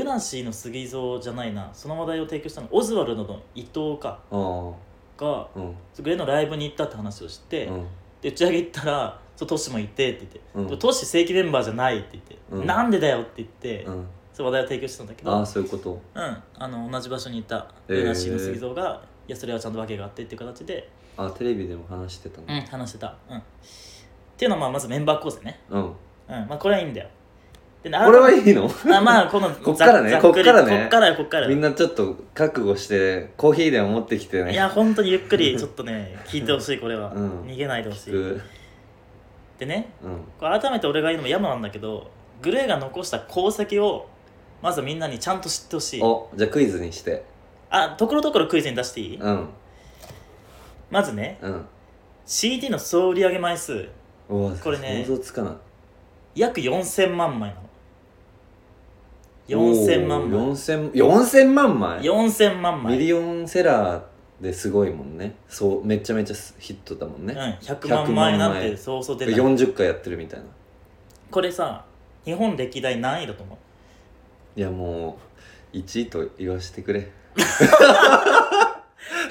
Speaker 2: ルナシーの杉蔵じゃないなその話題を提供したのオズワルドの伊藤か
Speaker 1: あー
Speaker 2: が
Speaker 1: うん
Speaker 2: グレーのライブに行ったって話をして、
Speaker 1: うん
Speaker 2: で打ち上げ行ったら「そうトシもいて」って言って「
Speaker 1: うん
Speaker 2: でもトシ正規メンバーじゃない」って言って「
Speaker 1: うん
Speaker 2: なんでだよ」って言って、
Speaker 1: うん
Speaker 2: そう話題を提供してたんだけ
Speaker 1: ああ
Speaker 2: ど、
Speaker 1: そういうこと
Speaker 2: うん、あの同じ場所にいた
Speaker 1: えー
Speaker 2: ルナシーの杉蔵が、いやそれはちゃんと訳があってっていう形で、
Speaker 1: あテレビでも話してた
Speaker 2: う
Speaker 1: の
Speaker 2: ん、話してた、うん、っていうのはまあまずメンバー構成ね、
Speaker 1: うん
Speaker 2: うんまあ、これはいいんだよで
Speaker 1: これはい
Speaker 2: い
Speaker 1: いの
Speaker 2: あまあこの
Speaker 1: こっからね
Speaker 2: ざざくり
Speaker 1: こっからね
Speaker 2: こっからよこっからよ
Speaker 1: みんなちょっと覚悟してコーヒーでも持ってきて
Speaker 2: い
Speaker 1: ね
Speaker 2: や本当にゆっくりちょっとね聞いてほしいこれは、
Speaker 1: うん
Speaker 2: 逃げないでほしい
Speaker 1: 聞く
Speaker 2: でね
Speaker 1: うん
Speaker 2: これ改めて俺が言うのも山なんだけどグレーが残した功績をまずみんなにちゃんと知ってほしい
Speaker 1: おじゃあクイズにして
Speaker 2: あところどころクイズに出していい、
Speaker 1: うん
Speaker 2: まずね
Speaker 1: うん
Speaker 2: CD の総売上枚数
Speaker 1: うわ
Speaker 2: これね
Speaker 1: 想像つかない
Speaker 2: 約4000万枚なの4000万枚
Speaker 1: 4000 4000万枚
Speaker 2: 4000万枚
Speaker 1: ミリオンセラーですごいもんねそうめちゃめちゃヒットだもん
Speaker 2: うん、
Speaker 1: ね、
Speaker 2: 100万枚なん
Speaker 1: 100万
Speaker 2: て
Speaker 1: 枚
Speaker 2: そうそう出ない
Speaker 1: 40回やってるみたいな
Speaker 2: これさ日本歴代何位だ と思う
Speaker 1: いやもう1位と言わせてくれ
Speaker 2: ま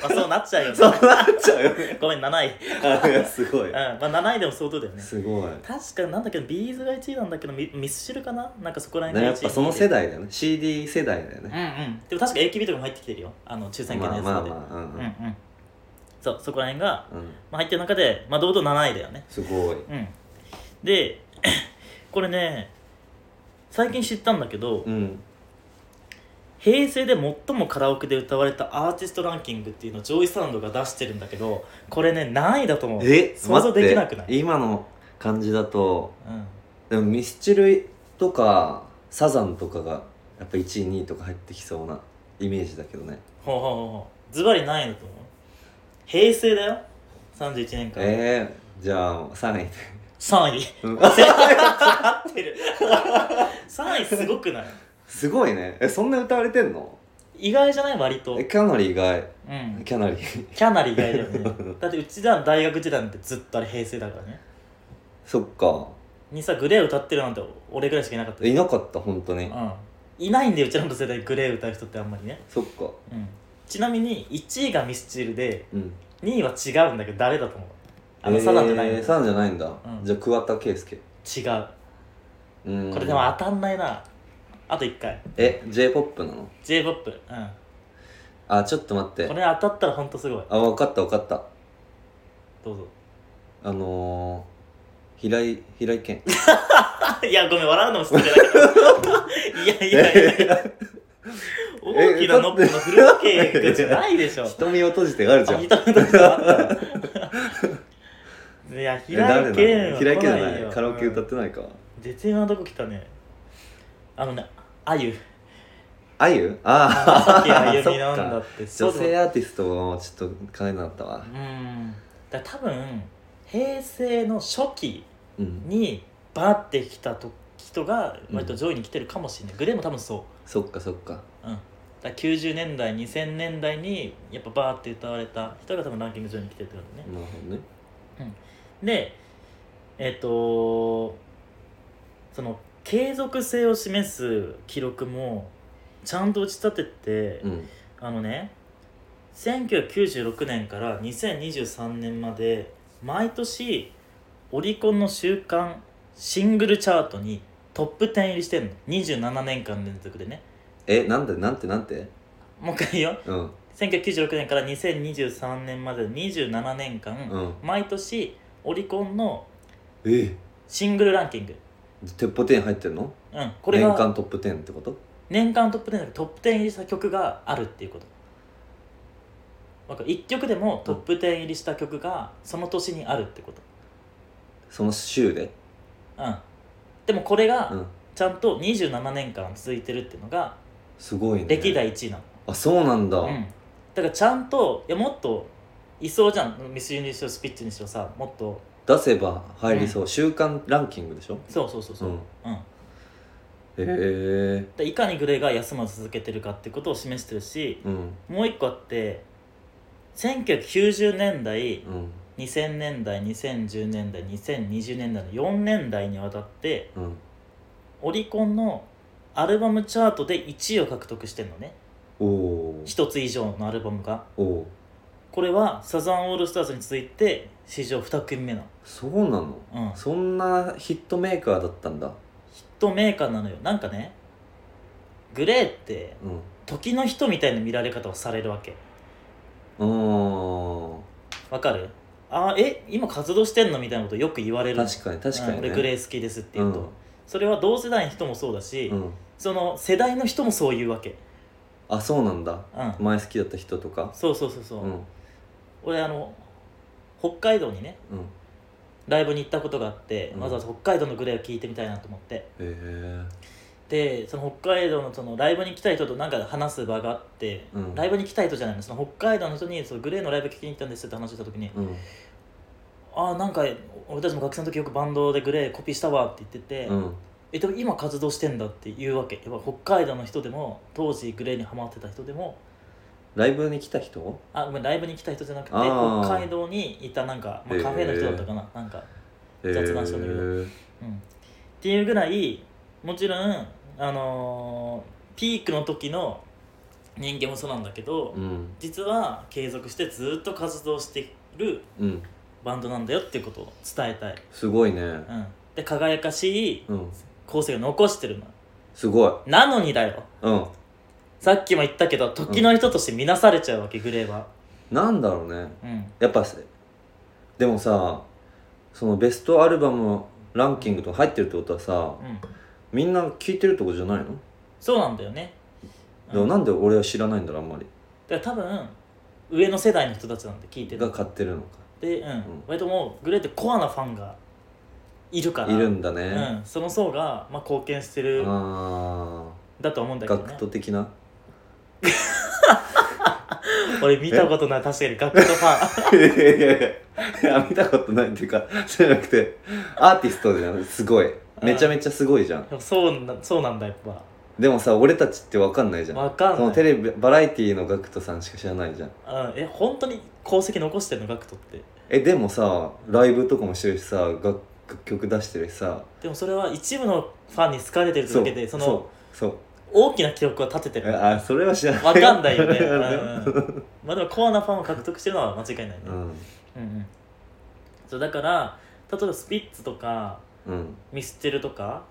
Speaker 2: あそうなっちゃうよね
Speaker 1: なっちゃうよね
Speaker 2: ごめん7位、うん
Speaker 1: あいやすごい
Speaker 2: まあ、7位でも相当だよね
Speaker 1: すごい
Speaker 2: 確かなんだっけビーズが1位なんだけどミミスチルかななんかそこら
Speaker 1: ね
Speaker 2: 辺が
Speaker 1: や
Speaker 2: 1
Speaker 1: っ
Speaker 2: 位
Speaker 1: ぱその世代だよね CD 世代だよ
Speaker 2: うん
Speaker 1: ね
Speaker 2: うんでも確か AKB とかも入ってきてるよあの抽選券
Speaker 1: まあ
Speaker 2: のやつ
Speaker 1: ま
Speaker 2: ま
Speaker 1: あ
Speaker 2: で、
Speaker 1: まあうんうん
Speaker 2: うんうんそうそこら辺が、
Speaker 1: うん
Speaker 2: まあ、入ってる中で、まあ、堂々7位だよね
Speaker 1: すごい
Speaker 2: うんで これね最近知ったんだけど、
Speaker 1: うん
Speaker 2: 平成で最もカラオケで歌われたアーティストランキングっていうのをジョイサウンドが出してるんだけどこれね何位だと思う
Speaker 1: え
Speaker 2: 想像できなくな
Speaker 1: 待
Speaker 2: い
Speaker 1: って今の感じだと
Speaker 2: うん
Speaker 1: でもミスチルとかサザンとかがやっぱ1位2位とか入ってきそうなイメージだけどね
Speaker 2: ほうほうほうほうズバリ何位だと思う平成だよ31年間、
Speaker 1: えー、じゃあ3位
Speaker 2: 3位
Speaker 1: で
Speaker 2: 合ってる3位すごくない
Speaker 1: すごいねえそんな歌われてんの
Speaker 2: 意外じゃない割と、
Speaker 1: えキャナリーが
Speaker 2: うん、
Speaker 1: キャナリー
Speaker 2: キャナリ意外だよねだってうちらの大学時代なんてずっとあれ平成だからね
Speaker 1: そっか
Speaker 2: にさグレー歌ってるなんて俺ぐらいしかいなかった
Speaker 1: いなかった本当に
Speaker 2: うん、いないんでうちらの世代グレー歌う人ってあんまりね、
Speaker 1: そっか
Speaker 2: うん、ちなみに1位がミスチルで
Speaker 1: うん
Speaker 2: 2位は違うんだけど誰だと思うあの、サザンじゃないの
Speaker 1: えーサザンじゃないんだ、
Speaker 2: ん
Speaker 1: じゃあ桑田佳祐
Speaker 2: 違
Speaker 1: うん
Speaker 2: うこれでも当たんないなあと1回
Speaker 1: え j p o p なの
Speaker 2: j p o p うん
Speaker 1: あちょっと待って
Speaker 2: これ当たったらほんとすごい
Speaker 1: あ分かった分かった
Speaker 2: どうぞ
Speaker 1: あのー、平井平井堅
Speaker 2: いやごめん笑うのも失礼だけど いやいやいやいや大きなノップのフルーケークじゃないでしょ
Speaker 1: 瞳を閉じてがあるじゃ
Speaker 2: あ
Speaker 1: ん
Speaker 2: 見たことあったいや
Speaker 1: え
Speaker 2: 平井
Speaker 1: 誰な
Speaker 2: 堅
Speaker 1: の
Speaker 2: は
Speaker 1: 平井堅
Speaker 2: 来
Speaker 1: じゃな
Speaker 2: ない
Speaker 1: い
Speaker 2: よ
Speaker 1: カラオケ歌ってないか
Speaker 2: 絶妙なとこ来たねあのねあ ゆ
Speaker 1: あゆあ
Speaker 2: さっき
Speaker 1: あ
Speaker 2: あゆみ
Speaker 1: そっ
Speaker 2: なんだ
Speaker 1: か
Speaker 2: ってそ
Speaker 1: 女
Speaker 2: うだ
Speaker 1: 性アーティストをちょっと考えなかったわ
Speaker 2: うんだから多分平成の初期
Speaker 1: うん
Speaker 2: にバーってきたと人が割と上位に来てるかもしれない、グレーも多分そ
Speaker 1: そっかそっか
Speaker 2: う、うん、だから90年代2000年代にやっぱバーって歌われた人が多分ランキング上位に来てるってことね
Speaker 1: なるほどね
Speaker 2: でえっとその継続性を示す記録もちゃんと打ち立てて、
Speaker 1: うん
Speaker 2: あのね1996年から2023年まで毎年オリコンの週間シングルチャートにトップ10入りしてんの27年間連続でね
Speaker 1: えなんでなんてなんて
Speaker 2: もう一回言うよ
Speaker 1: うん
Speaker 2: 1996年から2023年まで27年間、
Speaker 1: うん
Speaker 2: 毎年オリコンの
Speaker 1: え
Speaker 2: シングルランキング、
Speaker 1: トップ10入ってるの
Speaker 2: うん、これ
Speaker 1: 年
Speaker 2: が
Speaker 1: 間トップ10ってこと
Speaker 2: 年間トップ10のトップ10入りした曲があるっていうことわかる1曲でもトップ10入りした曲がその年にあるってこと
Speaker 1: その週で
Speaker 2: うんでもこれ
Speaker 1: う
Speaker 2: が
Speaker 1: ん
Speaker 2: ちゃんと27年間続いてるっていうのが
Speaker 1: すごいね
Speaker 2: 歴代1位なの、
Speaker 1: あそうなんだ、
Speaker 2: うん、だからちゃんといやもっといそうじゃんミスユニにしろスピッツにしろさもっと
Speaker 1: 出せば入りそう、週間ランキングでしょ
Speaker 2: そうそうそうそう、
Speaker 1: うん
Speaker 2: うん、
Speaker 1: へえ
Speaker 2: でいかにグレーが休まず続けてるかってことを示してるし
Speaker 1: うん
Speaker 2: もう一個あって1990年代
Speaker 1: うん
Speaker 2: 2000年代2010年代2020年代の4年代にわたって
Speaker 1: うん
Speaker 2: オリコンのアルバムチャートで1位を獲得してんのね
Speaker 1: おお
Speaker 2: 1つ以上のアルバムが
Speaker 1: おお
Speaker 2: これはサザンオールスターズに続いて史上2組目な
Speaker 1: そうなの
Speaker 2: の、うん、ヒッ
Speaker 1: そんなヒットメーカーだったんだ
Speaker 2: トメーカーなのよなんかねグレーって
Speaker 1: うん
Speaker 2: 時の人みたいな見られ方をされるわけ
Speaker 1: あ
Speaker 2: わかるあえ今活動してんのみたいなことよく言われ
Speaker 1: ー
Speaker 2: る
Speaker 1: 確かに確か
Speaker 2: うん
Speaker 1: にね
Speaker 2: 俺グレー好きですって言うと、
Speaker 1: うん
Speaker 2: それは同世代の人もそうだし、
Speaker 1: うん
Speaker 2: その世代の人もそういうわけ
Speaker 1: あそうなんだ
Speaker 2: うん
Speaker 1: 前好きだった人とか
Speaker 2: そうそうそうそうう、
Speaker 1: ん
Speaker 2: 俺あの北海道にね
Speaker 1: うんへ
Speaker 2: ライブに行ったことがあって、
Speaker 1: うん
Speaker 2: わざわざ北海道のグレーを聞いてみたいなと思って
Speaker 1: え
Speaker 2: でその北海道のそのライブに来た人となんか話す場があって、
Speaker 1: うん
Speaker 2: ライブに来た人じゃないのその北海道の人にそのグレーのライブ聞きに行ったんですって話した時に
Speaker 1: うん
Speaker 2: 「ああなんか俺たちも学生の時よくバンドでグレーコピーしたわ」って言ってて、
Speaker 1: うん
Speaker 2: えでも今活動してんだっていうわけやっぱ北海道の人でも当時グレーにハマってた人でも
Speaker 1: ライブに来た人
Speaker 2: あごめんライブに来た人じゃなくて
Speaker 1: あー
Speaker 2: 北海道にいたなんか、まあ、カフェの人だったかな、なんか、雑談したんだけ
Speaker 1: へ
Speaker 2: ど
Speaker 1: ー
Speaker 2: うん、っていうぐらいもちろんあのーピークの時の人間もそうなんだけど、
Speaker 1: うん
Speaker 2: 実は継続してずっと活動してる
Speaker 1: うん
Speaker 2: バンドなんだよっていうことを伝えたい、
Speaker 1: すごいね
Speaker 2: うん、で輝かしい
Speaker 1: うん
Speaker 2: 構成を残してるの
Speaker 1: すごい
Speaker 2: なのにだよ
Speaker 1: うん
Speaker 2: さっきも言ったけど時の人として見なされちゃうわけ、グレーは
Speaker 1: なんだろうね
Speaker 2: うん
Speaker 1: やっぱせでもさそのベストアルバムランキングとか入ってるってことはさ
Speaker 2: うん
Speaker 1: みんな聞いてるってことじゃないの、
Speaker 2: そうなんだよね
Speaker 1: でもなんで俺は知らないんだろうあんまり
Speaker 2: だから多分上の世代の人たちなんで聞いてる
Speaker 1: が買ってるのか
Speaker 2: で、うん割ともうグレーってコアなファンがいるから
Speaker 1: いるんだ
Speaker 2: う
Speaker 1: ね、
Speaker 2: ん、その層が、まあ、貢献してる
Speaker 1: あ
Speaker 2: だと思うん
Speaker 1: あ
Speaker 2: だけど、
Speaker 1: 学
Speaker 2: ね、
Speaker 1: 徒的な
Speaker 2: 俺見たことない確かに学徒ファ
Speaker 1: い
Speaker 2: ン
Speaker 1: やいやいやいや見たことないっていうかじゃなくてアーティストじゃんすごいめちゃめちゃすごいじゃん
Speaker 2: でもそうなそうなんだやっぱ
Speaker 1: でもさ俺たちって分かんないじゃん
Speaker 2: わかんない
Speaker 1: そのテレビバラエティーのガクトさんしか知らないじゃん
Speaker 2: うん、え本当に功績残してんの学徒って
Speaker 1: えでもさライブとかもしてるしさ楽楽曲出してるしさ
Speaker 2: でもそれは一部のファンに好かれてるだけでその
Speaker 1: そうそう
Speaker 2: 大きな記録は立てて
Speaker 1: え
Speaker 2: る
Speaker 1: あそれは知らない
Speaker 2: わかんないよね、
Speaker 1: それ
Speaker 2: うん
Speaker 1: はね
Speaker 2: うんまあでもコアなファンを獲得してるのは間違いないね、
Speaker 1: うん
Speaker 2: うんうんそうだから例えばスピッツとか
Speaker 1: うん
Speaker 2: ミスチルとか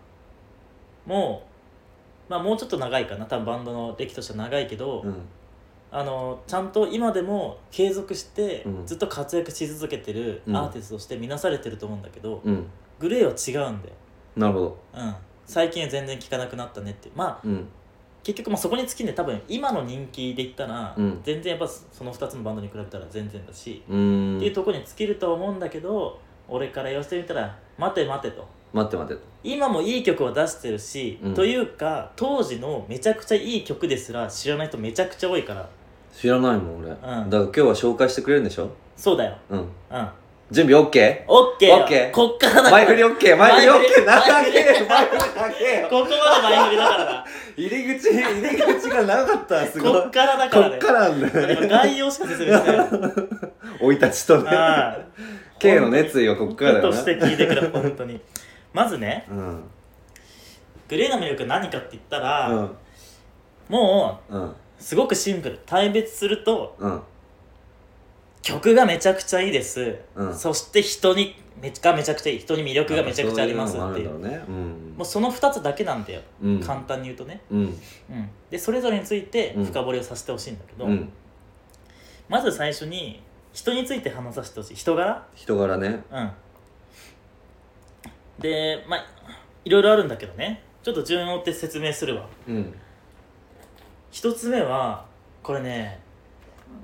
Speaker 2: もまあもうちょっと長いかな多分バンドの歴としては長いけど、
Speaker 1: うん
Speaker 2: あのちゃんと今でも継続して
Speaker 1: うん
Speaker 2: ずっと活躍し続けてるアーティストとして見なされてると思うんだけど、
Speaker 1: うん
Speaker 2: グレーは違うんだよ、
Speaker 1: なるほど
Speaker 2: うん、最近は全然聞かなくなったねってまあ
Speaker 1: うん
Speaker 2: 結局まあそこに尽きんで多分今の人気で言ったら、
Speaker 1: うん
Speaker 2: 全然やっぱその2つのバンドに比べたら全然だし、
Speaker 1: うーん
Speaker 2: っていうところに尽きるとは思うんだけど俺から寄せてみたら「待て待て」と。
Speaker 1: 待って待って
Speaker 2: 今もいい曲は出してるし、
Speaker 1: うん
Speaker 2: というか当時のめちゃくちゃいい曲ですら知らない人めちゃくちゃ多いから
Speaker 1: 知らないもん俺、だから
Speaker 2: ん
Speaker 1: 今日は紹介してくれるんでしょ
Speaker 2: そうだよ
Speaker 1: うん
Speaker 2: うん
Speaker 1: 準備 OK?
Speaker 2: オッケーよ
Speaker 1: オッケー
Speaker 2: こっからだから
Speaker 1: 前振り OK 前振り OK 長
Speaker 2: 前振り
Speaker 1: け前振り長けよ
Speaker 2: ここまで前振りだからな
Speaker 1: 入り口入り口が長かった すごい
Speaker 2: こっからだか
Speaker 1: こ
Speaker 2: ら
Speaker 1: っ
Speaker 2: ね
Speaker 1: からなんだよ
Speaker 2: 今概要しか説明してない
Speaker 1: 生い立ちとね
Speaker 2: ああ
Speaker 1: K の熱意はこっからだよ
Speaker 2: と
Speaker 1: な
Speaker 2: して聞いてくれ本当にまずね
Speaker 1: うん
Speaker 2: グレーの魅力は何かって言ったら、
Speaker 1: うん
Speaker 2: も
Speaker 1: うん
Speaker 2: うすごくシンプル対別すると
Speaker 1: うん
Speaker 2: 曲がめちゃくちゃいいです、
Speaker 1: うん
Speaker 2: そして人にめちゃめちゃくちゃいい人に魅力がめちゃくちゃありますっていう
Speaker 1: そういうのもあるんだろうねうん
Speaker 2: もうその2つだけなんだよ、
Speaker 1: うん
Speaker 2: 簡単に言うとね、
Speaker 1: うん
Speaker 2: うん、でそれぞれについて
Speaker 1: うん
Speaker 2: 深掘りをさせてほしいんだけど、
Speaker 1: うん
Speaker 2: まず最初に人について話させてほしい人柄
Speaker 1: 人柄ね
Speaker 2: うんでまあいろいろあるんだけどねちょっと順を追って説明するわ
Speaker 1: うん
Speaker 2: 一つ目はこれね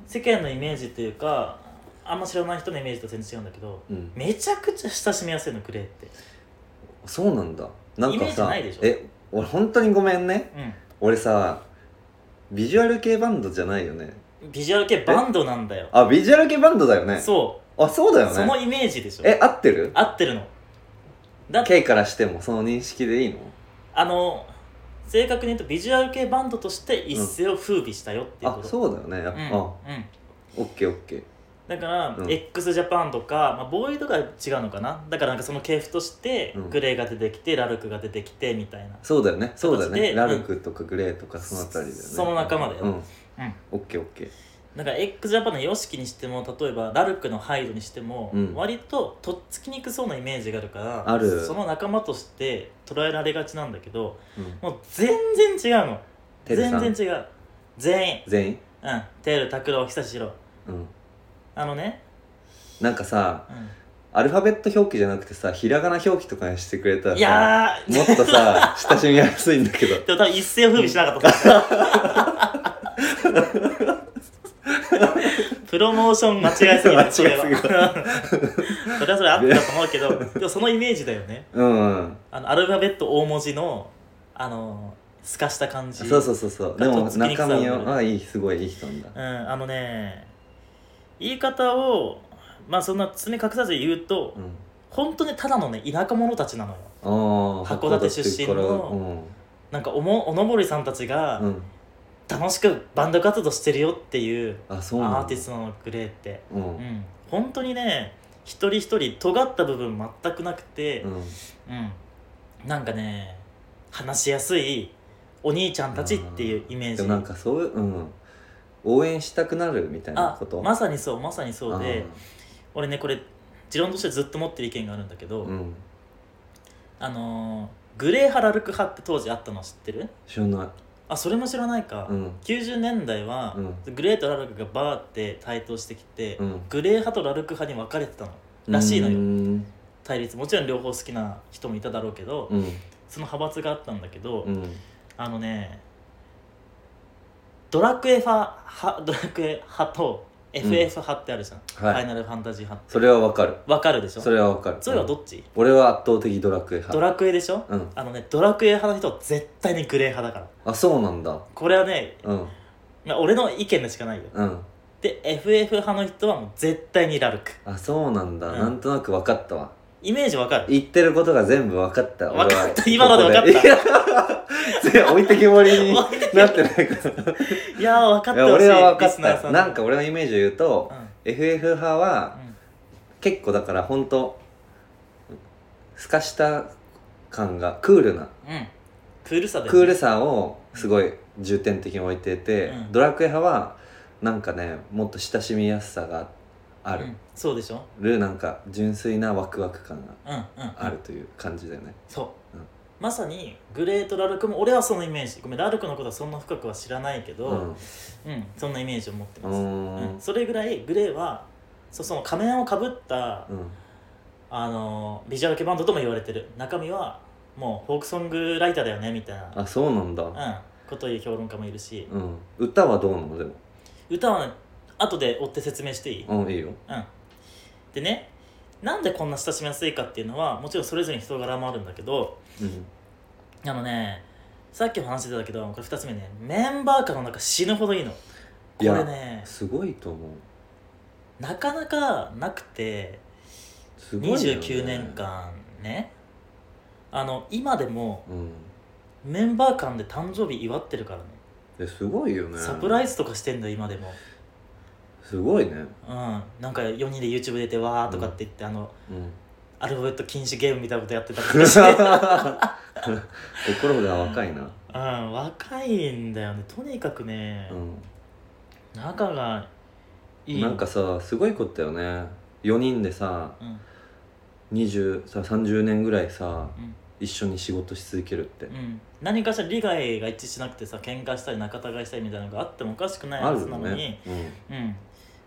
Speaker 2: 世間のイメージっていうかあんま知らない人のイメージと全然違うんだけど
Speaker 1: うん
Speaker 2: めちゃくちゃ親しみやすいのグレーって
Speaker 1: そうなんだなん
Speaker 2: イ
Speaker 1: か
Speaker 2: メージ
Speaker 1: さ
Speaker 2: ないでしょ
Speaker 1: え俺本当にごめんね
Speaker 2: う
Speaker 1: 俺さビジュアル系バンドじゃないよね
Speaker 2: んビジュアル系バンドなんだよ
Speaker 1: あビジュアル系バンドだよね
Speaker 2: そ
Speaker 1: あそうだ
Speaker 2: う、
Speaker 1: よ
Speaker 2: その
Speaker 1: ね
Speaker 2: イメージでしょ
Speaker 1: え合ってる
Speaker 2: 合ってるのだって
Speaker 1: K からしてもその認識でいいの
Speaker 2: あの正確に言うとビジュアル系バンドとして一世を風靡したよっていう
Speaker 1: あ
Speaker 2: こと、
Speaker 1: そうだよねやっぱ
Speaker 2: うん、
Speaker 1: あ
Speaker 2: うん、
Speaker 1: オッケーオッケー
Speaker 2: だから、
Speaker 1: うん
Speaker 2: x ジャパンとか、まあ、ボーイとかは違うのかなだからなんかその系譜として、
Speaker 1: うん
Speaker 2: グレーが出てきてラルクが出てきてみたいな
Speaker 1: そうだよねそうだよ
Speaker 2: 形で
Speaker 1: ねラルクとかグレーとかそのあたりだよね
Speaker 2: その仲間だよ
Speaker 1: うん
Speaker 2: うん
Speaker 1: オッケーオッケー
Speaker 2: だから x ジャパンの YOSHIKI にしても例えばラルクのハイドにしても、
Speaker 1: うん
Speaker 2: 割ととっつきにくそうなイメージがあるから
Speaker 1: ある
Speaker 2: その仲間として捉えられがちなんだけど
Speaker 1: うん
Speaker 2: もう全然違うの
Speaker 1: テルさん
Speaker 2: 全然違う全員
Speaker 1: 全員
Speaker 2: うんテル拓郎久しろ
Speaker 1: うん
Speaker 2: あのね、
Speaker 1: なんかさ
Speaker 2: うん
Speaker 1: アルファベット表記じゃなくてさひらがな表記とかにしてくれたら
Speaker 2: い
Speaker 1: さ
Speaker 2: やー、
Speaker 1: もっとさ親しみやすいんだけど
Speaker 2: でも多分一世を風靡しなかったと思 うプロモーション間違えすぎだそれは
Speaker 1: 間違えすぎ
Speaker 2: それはそれあったと思うけどでもそのイメージだよね
Speaker 1: うん、うん、
Speaker 2: あのアルファベット大文字のあのすかした感じ
Speaker 1: そうそうそうそうで
Speaker 2: がと
Speaker 1: も
Speaker 2: っつきにくさ
Speaker 1: 中
Speaker 2: をね
Speaker 1: 身はあいいすごいいい人なんだ
Speaker 2: うんあのね言い方をまあそんな爪隠さず言うと、
Speaker 1: うん
Speaker 2: 本当にただのね田舎者たちなのよ
Speaker 1: あー
Speaker 2: 函館出身の
Speaker 1: から
Speaker 2: なんかおもおのぼりさんたちが
Speaker 1: うん、うん、
Speaker 2: 楽しくバンド活動してるよっていう
Speaker 1: あそうなんだ
Speaker 2: アーティストのグレーって、
Speaker 1: う
Speaker 2: うんん、本当にね一人一人尖った部分全くなくて
Speaker 1: う、ん
Speaker 2: うんなんかね話しやすいお兄ちゃんたちっていうイメー
Speaker 1: で
Speaker 2: ジ
Speaker 1: もなんかそういう、うん、応援したくなるみたいな
Speaker 2: あ
Speaker 1: こと
Speaker 2: まさにそうまさにそうで俺ねこれ持論としてずっと持ってる意見があるんだけど、
Speaker 1: あーうん
Speaker 2: あのーグレー派ラルク派って当時あったの知ってる
Speaker 1: 知らない
Speaker 2: あそれも知らないか、
Speaker 1: うん
Speaker 2: 90年代は
Speaker 1: う、ん
Speaker 2: グレーとラルクがバーって対等してきて、
Speaker 1: うん
Speaker 2: グレー派とラルク派に分かれてたのらしいのよ
Speaker 1: うん
Speaker 2: 対立もちろん両方好きな人もいただろうけど、
Speaker 1: うん
Speaker 2: その派閥があったんだけど、
Speaker 1: うん
Speaker 2: あのねドラクエ派派ドラクエ派と FF 派ってあるじゃん、
Speaker 1: はい
Speaker 2: ファイナルファンタジー派
Speaker 1: それはわかる
Speaker 2: わかるでしょ
Speaker 1: それはわかる
Speaker 2: ゾイはどっち、
Speaker 1: 俺は圧倒的ドラクエ
Speaker 2: ド
Speaker 1: 派
Speaker 2: ラクエでしょ
Speaker 1: うん
Speaker 2: あのねドラクエ派の人は絶対にグレー派だから
Speaker 1: あそうなんだ
Speaker 2: これはね、
Speaker 1: うん
Speaker 2: まあ、俺の意見でしかないよ
Speaker 1: うん
Speaker 2: で FF 派の人はもう絶対にラルク
Speaker 1: あそうなんだ、
Speaker 2: うん
Speaker 1: なんとなくわかったわ
Speaker 2: イメージわかる
Speaker 1: 言ってることが全部わかった
Speaker 2: わかっ
Speaker 1: 俺
Speaker 2: た
Speaker 1: は
Speaker 2: 今のでわかった
Speaker 1: った置いてきぼりに なってないから
Speaker 2: いやー分か
Speaker 1: い
Speaker 2: ってほし
Speaker 1: や
Speaker 2: い
Speaker 1: 俺は分かっ
Speaker 2: リスナーさ
Speaker 1: た
Speaker 2: ん
Speaker 1: なんか俺のイメージを言うと、FF 派
Speaker 2: う
Speaker 1: は
Speaker 2: んうん
Speaker 1: 結構だから本当すかした感がクールな
Speaker 2: うんクールさだよね
Speaker 1: クールさをすごい重点的に置いてて、
Speaker 2: うん
Speaker 1: ドラクエ派はなんかねもっと親しみやすさがあ
Speaker 2: う
Speaker 1: る
Speaker 2: ん、そうでしょ
Speaker 1: るなんか純粋なワクワク感が
Speaker 2: うんうん
Speaker 1: あるという感じだよね
Speaker 2: そう、
Speaker 1: うん
Speaker 2: まさにグレートラルクも俺はそのイメージごめんラルクのことはそんな深くは知らないけど、
Speaker 1: う
Speaker 2: うん
Speaker 1: ん
Speaker 2: そんなイメージを持って
Speaker 1: う
Speaker 2: ます、
Speaker 1: ん
Speaker 2: うんそれぐらいグレーはそその仮面をかぶった、
Speaker 1: うん
Speaker 2: あのービジュアル系バンドとも言われてる中身はもうフォークソングライターだよねみたいな、
Speaker 1: あそうなんだ
Speaker 2: うん、ことを言う評論家もいるし、
Speaker 1: うん歌はどうなのでも
Speaker 2: 歌は、ね、後で追って説明していい、
Speaker 1: うんいいよ
Speaker 2: うん、でねなんでこんな親しみやすいかっていうのはもちろんそれぞれに人柄もあるんだけど
Speaker 1: うん
Speaker 2: あのねさっきも話してたけどこれ2つ目ねメンバー間の中死ぬほどいいのこ
Speaker 1: い
Speaker 2: れ
Speaker 1: や
Speaker 2: ね
Speaker 1: すごいと思う
Speaker 2: なかなかなくて
Speaker 1: すごいよね
Speaker 2: 29年間ねあの今でも
Speaker 1: うん
Speaker 2: メンバー間で誕生日祝ってるからね
Speaker 1: えすごいよね
Speaker 2: サプライ
Speaker 1: ズ
Speaker 2: ズとかしてんだよ今でも
Speaker 1: すごいね
Speaker 2: うんなんか4人で YouTube 出てわーとかって言って、あの
Speaker 1: うん
Speaker 2: アルファベット禁止ゲームみたいなことやってたり
Speaker 1: 心
Speaker 2: して うん
Speaker 1: までは若いな
Speaker 2: 若いんだよねとにかくね、
Speaker 1: う
Speaker 2: 仲がい
Speaker 1: ん
Speaker 2: い
Speaker 1: なんかさすごいことだよね4人でさ
Speaker 2: うん
Speaker 1: 20さ30年ぐらいさ
Speaker 2: うん
Speaker 1: 一緒に仕事し続けるって
Speaker 2: うん、何かしら利害が一致しなくてさ喧嘩したり仲違いしたりみたいなのがあってもおかしくない
Speaker 1: あ
Speaker 2: は
Speaker 1: る
Speaker 2: ずな
Speaker 1: よ
Speaker 2: のに、
Speaker 1: ねう
Speaker 2: うん、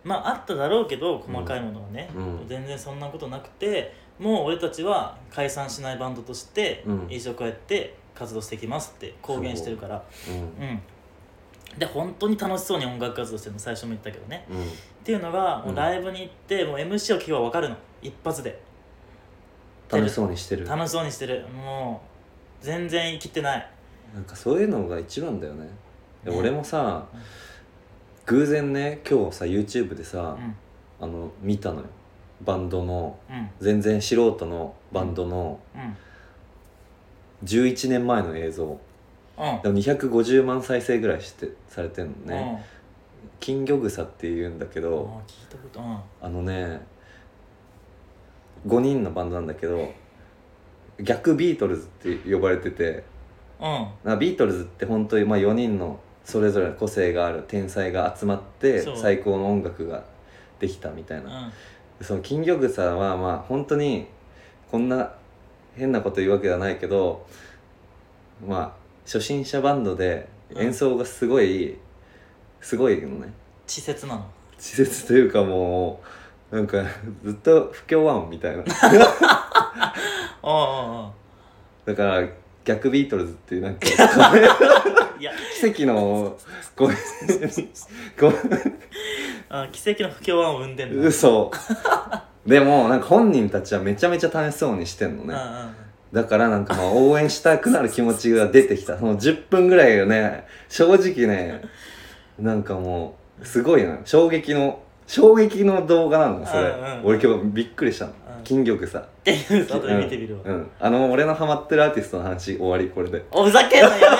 Speaker 2: まああっただろうけど細かいものはね、
Speaker 1: うんうん
Speaker 2: 全然そんなことなくてもう俺たちは解散しないバンドとして
Speaker 1: うん
Speaker 2: 一生こうやって活動していきますって公言してるから
Speaker 1: ん
Speaker 2: う、ん、で本当に楽しそうに音楽活動してるの最初も言ったけどね
Speaker 1: うんうん、
Speaker 2: っていうのがもううんライブに行って、もう MC を聞けば分かるの一発で
Speaker 1: 楽しそうにしてるな
Speaker 2: 楽しそうにしてるもう全然生きてない
Speaker 1: んかそういうのが一番だよねで
Speaker 2: ね
Speaker 1: 俺もさ
Speaker 2: うん
Speaker 1: 偶然ね今日さ YouTube で
Speaker 2: う
Speaker 1: さ、
Speaker 2: ん
Speaker 1: あの見たのよバンドの
Speaker 2: うん
Speaker 1: 全然素人のバンドの
Speaker 2: うん
Speaker 1: 11年前の映像
Speaker 2: うん
Speaker 1: でも250万再生ぐらいしてされてんのね、
Speaker 2: うん
Speaker 1: 金魚草っていうんだけ
Speaker 2: あ
Speaker 1: ど
Speaker 2: ー聞いたことうん
Speaker 1: あのね5人のバンドなんだけど逆ビートルズって呼ばれてて
Speaker 2: う
Speaker 1: なビートルズって本当にまあ4人のそれぞれの個性がある天才が集まって
Speaker 2: そう
Speaker 1: 最高の音楽ができたみたい
Speaker 2: ん
Speaker 1: な、
Speaker 2: うん
Speaker 1: その金魚草はまあ本当にこんな変なこと言うわけではないけどまあ初心者バンドで演奏がすごい、すごいのね
Speaker 2: 稚拙なの
Speaker 1: 稚拙というかもうなんかずっと不協和音みたい な
Speaker 2: あ
Speaker 1: だから逆ビートルズっていう なんか
Speaker 2: あああいや
Speaker 1: 奇跡のごめんご
Speaker 2: あ奇跡の不協和音を生んで
Speaker 1: めん
Speaker 2: んだ
Speaker 1: 嘘でもなんか本人たちはめちゃめちゃ楽しそうにしてんの
Speaker 2: うんう
Speaker 1: ね、
Speaker 2: ん
Speaker 1: だからなんかまあ応援したくなる気持ちが出てきたその10分ぐらいがね正直ねなんかもうすごいな衝撃の衝撃の動画なのそれ、
Speaker 2: うんうんうん
Speaker 1: 俺今日びっくりしたの、
Speaker 2: うん
Speaker 1: 金魚草
Speaker 2: っていう後で見てみるわ、
Speaker 1: うん、あの俺のハマってるアーティストの話終わりこれで
Speaker 2: おふざけんなや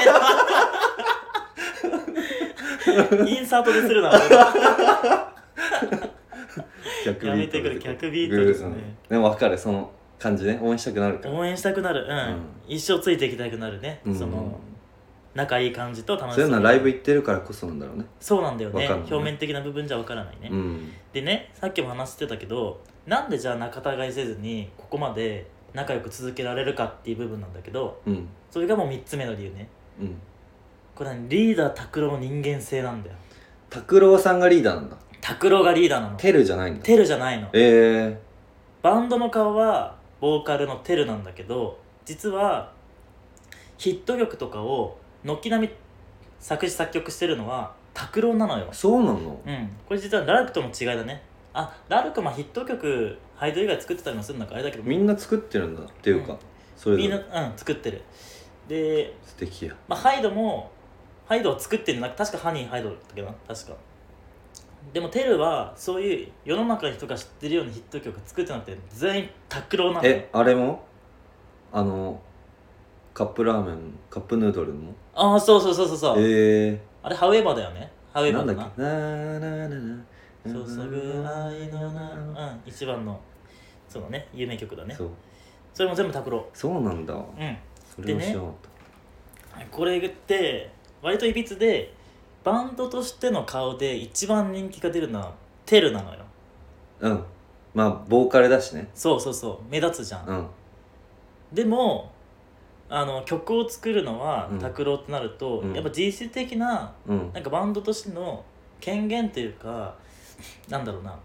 Speaker 2: めろインサートでするな俺
Speaker 1: 逆
Speaker 2: やめてくれ逆ビートルズね
Speaker 1: うんでも分かるその感じね応援したくなるから
Speaker 2: 応援したくなるうん、
Speaker 1: うん
Speaker 2: 一生ついていきたくなるね、
Speaker 1: うん
Speaker 2: その仲いい感じと楽し
Speaker 1: そういううのはライブ行ってるからこそなんだろうね
Speaker 2: そうなんだよね
Speaker 1: わかるのね
Speaker 2: 表面的な部分じゃわからないね、
Speaker 1: うん
Speaker 2: でねさっきも話してたけどなんでじゃあ仲違いせずにここまで仲良く続けられるかっていう部分なんだけど
Speaker 1: うん
Speaker 2: それがもう3つ目の理由ね
Speaker 1: うん
Speaker 2: これはリーダー拓郎の人間性なんだよ
Speaker 1: 拓郎さんがリーダーなんだ
Speaker 2: 拓郎がリーダーなの
Speaker 1: テルじゃないんだ
Speaker 2: テルじゃないの
Speaker 1: え
Speaker 2: バンドの顔はボーカルのテルなんだけど実はヒット曲とかを軒並み作詞作曲してるのは拓郎なのよ
Speaker 1: ー、そうなの
Speaker 2: うんこれ実はラルクとの違いだねあラルクまあヒット曲ハイド以外作ってたりもするのかあれだけど
Speaker 1: みんな作ってるんだっていうか、
Speaker 2: うん
Speaker 1: それ
Speaker 2: み
Speaker 1: ぞ
Speaker 2: んな
Speaker 1: れ
Speaker 2: うん作ってるで、
Speaker 1: 素敵や
Speaker 2: まあ、ハイドもハイドを作ってるのなんか確かハニーハイドだったっけどな確かでもテルはそういう世の中の人が知ってるようなヒット曲作ってなくて全員拓郎なのよ
Speaker 1: えあれもあのカップラーメンカップヌードルも
Speaker 2: ああそうそうそうそうそう、
Speaker 1: え
Speaker 2: あれハウエバーだよねハウ
Speaker 1: ー、
Speaker 2: エ
Speaker 1: な
Speaker 2: バ
Speaker 1: んだ
Speaker 2: ーだ
Speaker 1: っ
Speaker 2: な
Speaker 1: けなーなーなーなー
Speaker 2: 注ぐ愛のなうん一番のそのね有名曲だね
Speaker 1: そう
Speaker 2: それも全部拓郎
Speaker 1: そうなんだ
Speaker 2: うん
Speaker 1: それをしようと、
Speaker 2: これって割といびつでバンドとしての顔で一番人気が出るのはテルなのよ
Speaker 1: うんまあボーカルだしね
Speaker 2: そうそうそう目立つじゃん、
Speaker 1: うん
Speaker 2: でもあの曲を作るのは
Speaker 1: うん
Speaker 2: 拓郎ってなると、
Speaker 1: うん
Speaker 2: やっぱ実質的な
Speaker 1: うん
Speaker 2: なんかバンドとしての権限というかなんだろうな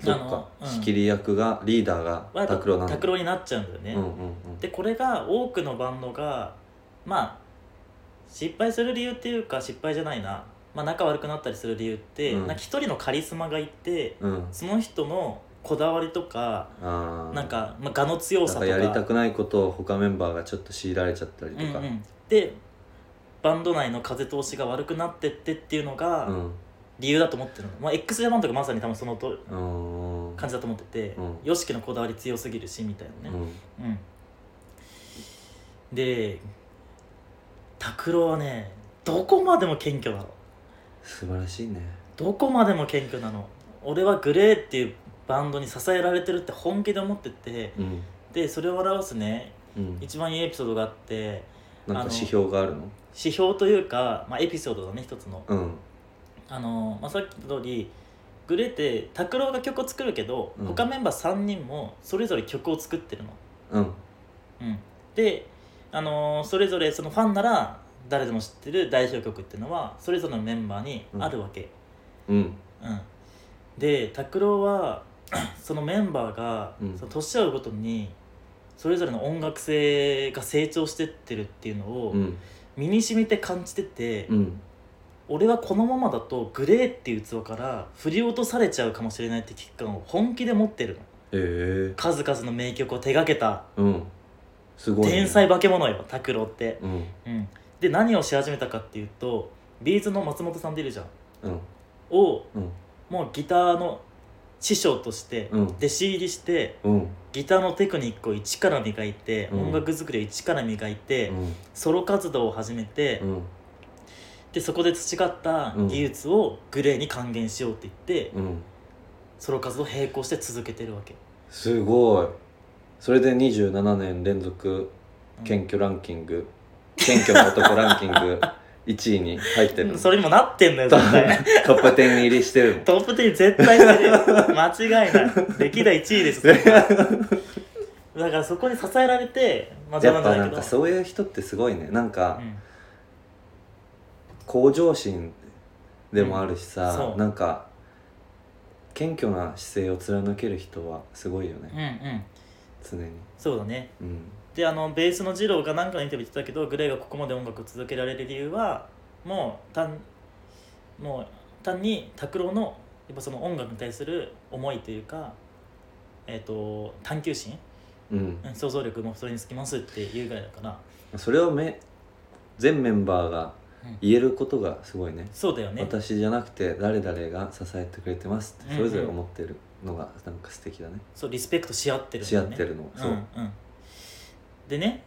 Speaker 1: そっ
Speaker 2: あ
Speaker 1: か
Speaker 2: の、うん
Speaker 1: 仕切り役がリーダー
Speaker 2: は
Speaker 1: が
Speaker 2: やっぱ
Speaker 1: 拓郎なんだ
Speaker 2: 拓郎になっちゃうんだよね、
Speaker 1: うんうんうん
Speaker 2: でこれが多くのバンドがまあ失敗する理由っていうか失敗じゃないな、まあ、仲悪くなったりする理由って、
Speaker 1: うん
Speaker 2: なんか一人のカリスマがいて
Speaker 1: うん
Speaker 2: その人のこだわりとか、
Speaker 1: あー
Speaker 2: なんか、まあ、我の強
Speaker 1: なん
Speaker 2: さと
Speaker 1: か
Speaker 2: か
Speaker 1: やりたくないことを他メンバーがちょっと強いられちゃったりとか
Speaker 2: うんうんでバンド内の風通しが悪くなってってっていうのが
Speaker 1: うん
Speaker 2: 理由だと思ってるの、まあ、x ジャパンとかまさに多分そのと
Speaker 1: うん
Speaker 2: 感じだと思ってて、
Speaker 1: うん
Speaker 2: YOSHIKI のこだわり強すぎるしみたいなね、
Speaker 1: うん
Speaker 2: うん、で拓郎はねどこまでも謙虚だろ
Speaker 1: 素晴らしいね
Speaker 2: どこまでも謙虚なの俺はグレーっていうバンドに支えられてるって本気で思ってて
Speaker 1: うん
Speaker 2: でそれを表すね
Speaker 1: うん
Speaker 2: 一番いいエピソードがあって
Speaker 1: なん
Speaker 2: あ
Speaker 1: か
Speaker 2: の
Speaker 1: 指標があるの
Speaker 2: 指標というか、まあ、エピソードだね一つの
Speaker 1: うん
Speaker 2: あの、まあ、さっきの通りグレーって拓郎が曲を作るけど、
Speaker 1: うん
Speaker 2: 他メンバー3人もそれぞれ曲を作ってるの、
Speaker 1: うん
Speaker 2: うん、で、あのーそれぞれそのファンなら誰でも知ってる代表曲っていうのはそれぞれのメンバーにあるわけ、
Speaker 1: うん
Speaker 2: うんで拓郎は そのメンバーが、
Speaker 1: うん
Speaker 2: その年を追うごとにそれぞれの音楽性が成長してってるっていうのを
Speaker 1: うん
Speaker 2: 身に染みて感じてて、
Speaker 1: うん
Speaker 2: 俺はこのままだとグレーっていう器から振り落とされちゃうかもしれないって危機感を本気で持ってるの
Speaker 1: ええー、
Speaker 2: 数々の名曲を手掛けた
Speaker 1: うんすごいね、
Speaker 2: 天才化け物よ拓郎って、
Speaker 1: うん
Speaker 2: うん、で何をし始めたかっていうとビーズの松本さんでいるじゃん
Speaker 1: うん
Speaker 2: を
Speaker 1: うん
Speaker 2: もうギターの師匠として
Speaker 1: うん
Speaker 2: 弟子入りして
Speaker 1: うん
Speaker 2: ギターのテクニックを一から磨いて、
Speaker 1: うん
Speaker 2: 音楽作りを一から磨いて、
Speaker 1: うん
Speaker 2: ソロ活動を始めて、
Speaker 1: うん
Speaker 2: でそこで培った技術をグレーに還元しようって言って、
Speaker 1: うん
Speaker 2: ソロ活動を並行して続けてるわけ、
Speaker 1: すごいそれで27年連続
Speaker 2: うん
Speaker 1: 謙虚ランキング謙虚な男ランキング1位に入ってる
Speaker 2: うん
Speaker 1: の
Speaker 2: それにもなってんだよ
Speaker 1: ト
Speaker 2: 絶 対
Speaker 1: ップトップ10入りしてるの
Speaker 2: トップ10絶対してるよ間違いない歴代1位です よだからそこに支えられてまあ
Speaker 1: や
Speaker 2: 邪魔
Speaker 1: っぱ
Speaker 2: じゃ
Speaker 1: な
Speaker 2: ない
Speaker 1: ん
Speaker 2: け
Speaker 1: か
Speaker 2: ど
Speaker 1: そういう人ってすごいねなんか
Speaker 2: うん
Speaker 1: 向上心でもあるし
Speaker 2: うん
Speaker 1: さ、
Speaker 2: そう
Speaker 1: なんか謙虚な姿勢を貫ける人はすごいよ
Speaker 2: うん
Speaker 1: ね、
Speaker 2: うん
Speaker 1: 常に
Speaker 2: そうだね
Speaker 1: うん
Speaker 2: であのベースの二郎が何かのインタビュー言ってたけどグレーがここまで音楽を続けられる理由はもう単もう単に拓郎のやっぱその音楽に対する思いというか、えっと探求心、
Speaker 1: うん
Speaker 2: うん想像力もそれにつきますっていうぐらいだから
Speaker 1: それをめ全メンバーが言えることがすごいね、
Speaker 2: そうだよね
Speaker 1: 私じゃなくて誰々が支えてくれてますっ
Speaker 2: うんう
Speaker 1: て
Speaker 2: ん
Speaker 1: それぞれ思ってるのがなんか素敵だね、
Speaker 2: そうリスペクトし合ってるんだ
Speaker 1: し
Speaker 2: よ
Speaker 1: 合
Speaker 2: ね
Speaker 1: ってるの、そう、
Speaker 2: んうん、でね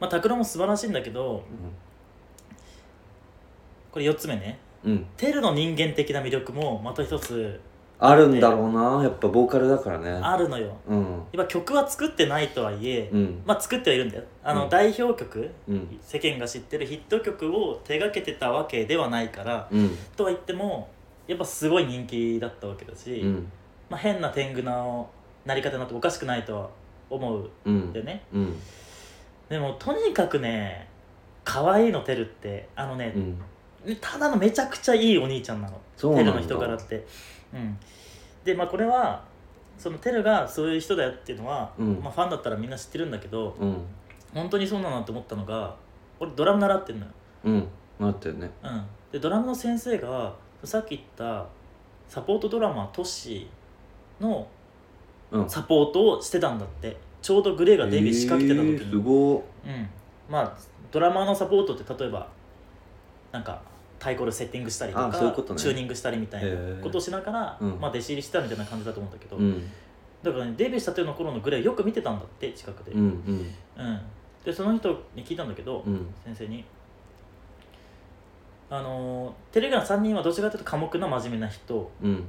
Speaker 2: まあ拓郎も素晴らしいんだけどこれ4つ目ね
Speaker 1: うん、うん、
Speaker 2: テルの人間的な魅力もまた一つ
Speaker 1: あるんだろうなやっぱボーカルだからね
Speaker 2: あるのよ
Speaker 1: うん
Speaker 2: やっぱ曲は作ってないとはいえ、
Speaker 1: うん
Speaker 2: まあ作ってはいるんだよあの、
Speaker 1: うん
Speaker 2: 代表曲
Speaker 1: うん
Speaker 2: 世間が知ってるヒット曲を手がけてたわけではないから
Speaker 1: うん
Speaker 2: とは言ってもやっぱすごい人気だったわけだし、
Speaker 1: うん
Speaker 2: まあ、変な天狗のなり方になっておかしくないとは思う
Speaker 1: うんん
Speaker 2: だよね、
Speaker 1: うん
Speaker 2: でもとにかくね可愛いのテルってあのね、
Speaker 1: うん
Speaker 2: ただのめちゃくちゃいいお兄ちゃんなの
Speaker 1: そうな
Speaker 2: テ
Speaker 1: んだ
Speaker 2: ルの人柄ってうんでまあこれはそのテルがそういう人だよっていうのは、
Speaker 1: うん
Speaker 2: まあ、ファンだったらみんな知ってるんだけど
Speaker 1: うん
Speaker 2: 本当にそうだなって思ったのが俺ドラム習ってんのよ、
Speaker 1: うんなってるね
Speaker 2: うん、でドラムの先生がさっき言ったサポートドラマートッシーの
Speaker 1: うん
Speaker 2: サポートをしてたんだってちょうどグレーがデビュー仕掛けてた
Speaker 1: え
Speaker 2: 時
Speaker 1: ー
Speaker 2: に、
Speaker 1: すご
Speaker 2: うん、まあドラマーのサポートって例えばなんか太鼓でセッティングしたりとか
Speaker 1: あそういうことね
Speaker 2: チューニングしたりみたい
Speaker 1: へ
Speaker 2: な
Speaker 1: ー
Speaker 2: ことをしながら、
Speaker 1: うん
Speaker 2: まあ、弟子入りしてたみたいな感じだと思うんだけど、
Speaker 1: いうん
Speaker 2: だからねデビューしたての頃のグレーよく見てたんだって近くで、
Speaker 1: うんうん
Speaker 2: うんでその人に聞いたんだけど、
Speaker 1: うん
Speaker 2: 先生に「あのーテレグラ3人はどちらかというと寡黙な真面目な人
Speaker 1: うん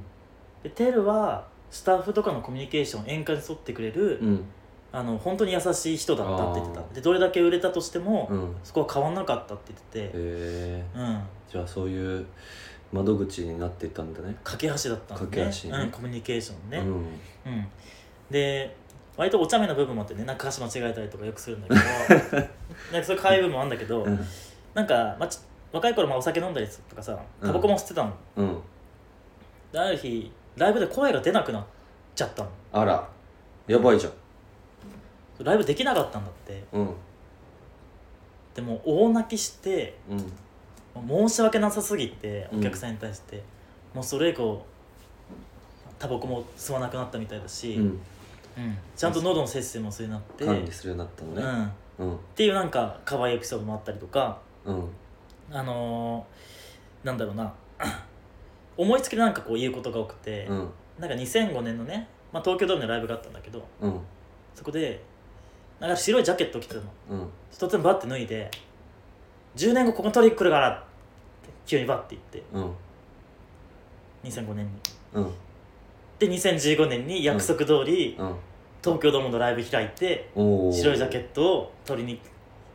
Speaker 2: でテルはスタッフとかのコミュニケーション円滑に沿ってくれる、
Speaker 1: うん
Speaker 2: あの本当に優しい人だったって言ってたでどれだけ売れたとしても、
Speaker 1: うん
Speaker 2: そこは変わんなかったって言ってて、
Speaker 1: え
Speaker 2: うん、
Speaker 1: ーじゃあそういう窓口になっていったんだね
Speaker 2: 架け橋だったんで、
Speaker 1: 架け橋ね
Speaker 2: うん、コミュニケーション
Speaker 1: う
Speaker 2: ね、
Speaker 1: ん
Speaker 2: うんで割とお茶目な部分もあってねなんか歌詞間違えたりとかよくするん だけどなんかそういう会部もあるんだけど、
Speaker 1: うん
Speaker 2: なんか、まあ、ち若い頃まあお酒飲んだりとかさタバコも吸ってたの、
Speaker 1: うん
Speaker 2: である日ライブで声が出なくなっちゃったの
Speaker 1: あらやばいじゃん
Speaker 2: ライブできなかったんだって
Speaker 1: うん
Speaker 2: でも大泣きして
Speaker 1: うん
Speaker 2: 申し訳なさすぎて
Speaker 1: うん
Speaker 2: お客さんに対して、もうそれ以降タバコも吸わなくなったみたいだし、
Speaker 1: うん
Speaker 2: うんちゃんと喉の節制もそれになって、
Speaker 1: 管理するようになったの
Speaker 2: う
Speaker 1: ね
Speaker 2: ん、っ
Speaker 1: うん
Speaker 2: ていうなんか可愛いエピソードもあったりとか
Speaker 1: うん
Speaker 2: あのーなんだろうな 思いつきでなんかこう言うことが多くて、
Speaker 1: うん
Speaker 2: なんか2005年のね、まあ、東京ドームのライブがあったんだけど
Speaker 1: うん
Speaker 2: そこでなんか白いジャケット着てたの
Speaker 1: うん
Speaker 2: 突然バッて脱いで「10年後ここに取りに来るから」って急にバッて言って
Speaker 1: うん
Speaker 2: 2005年に
Speaker 1: うん
Speaker 2: で2015年に約束通り、
Speaker 1: うん
Speaker 2: 東京ドームのライブ開いて
Speaker 1: おお
Speaker 2: 白いジャケットを取りに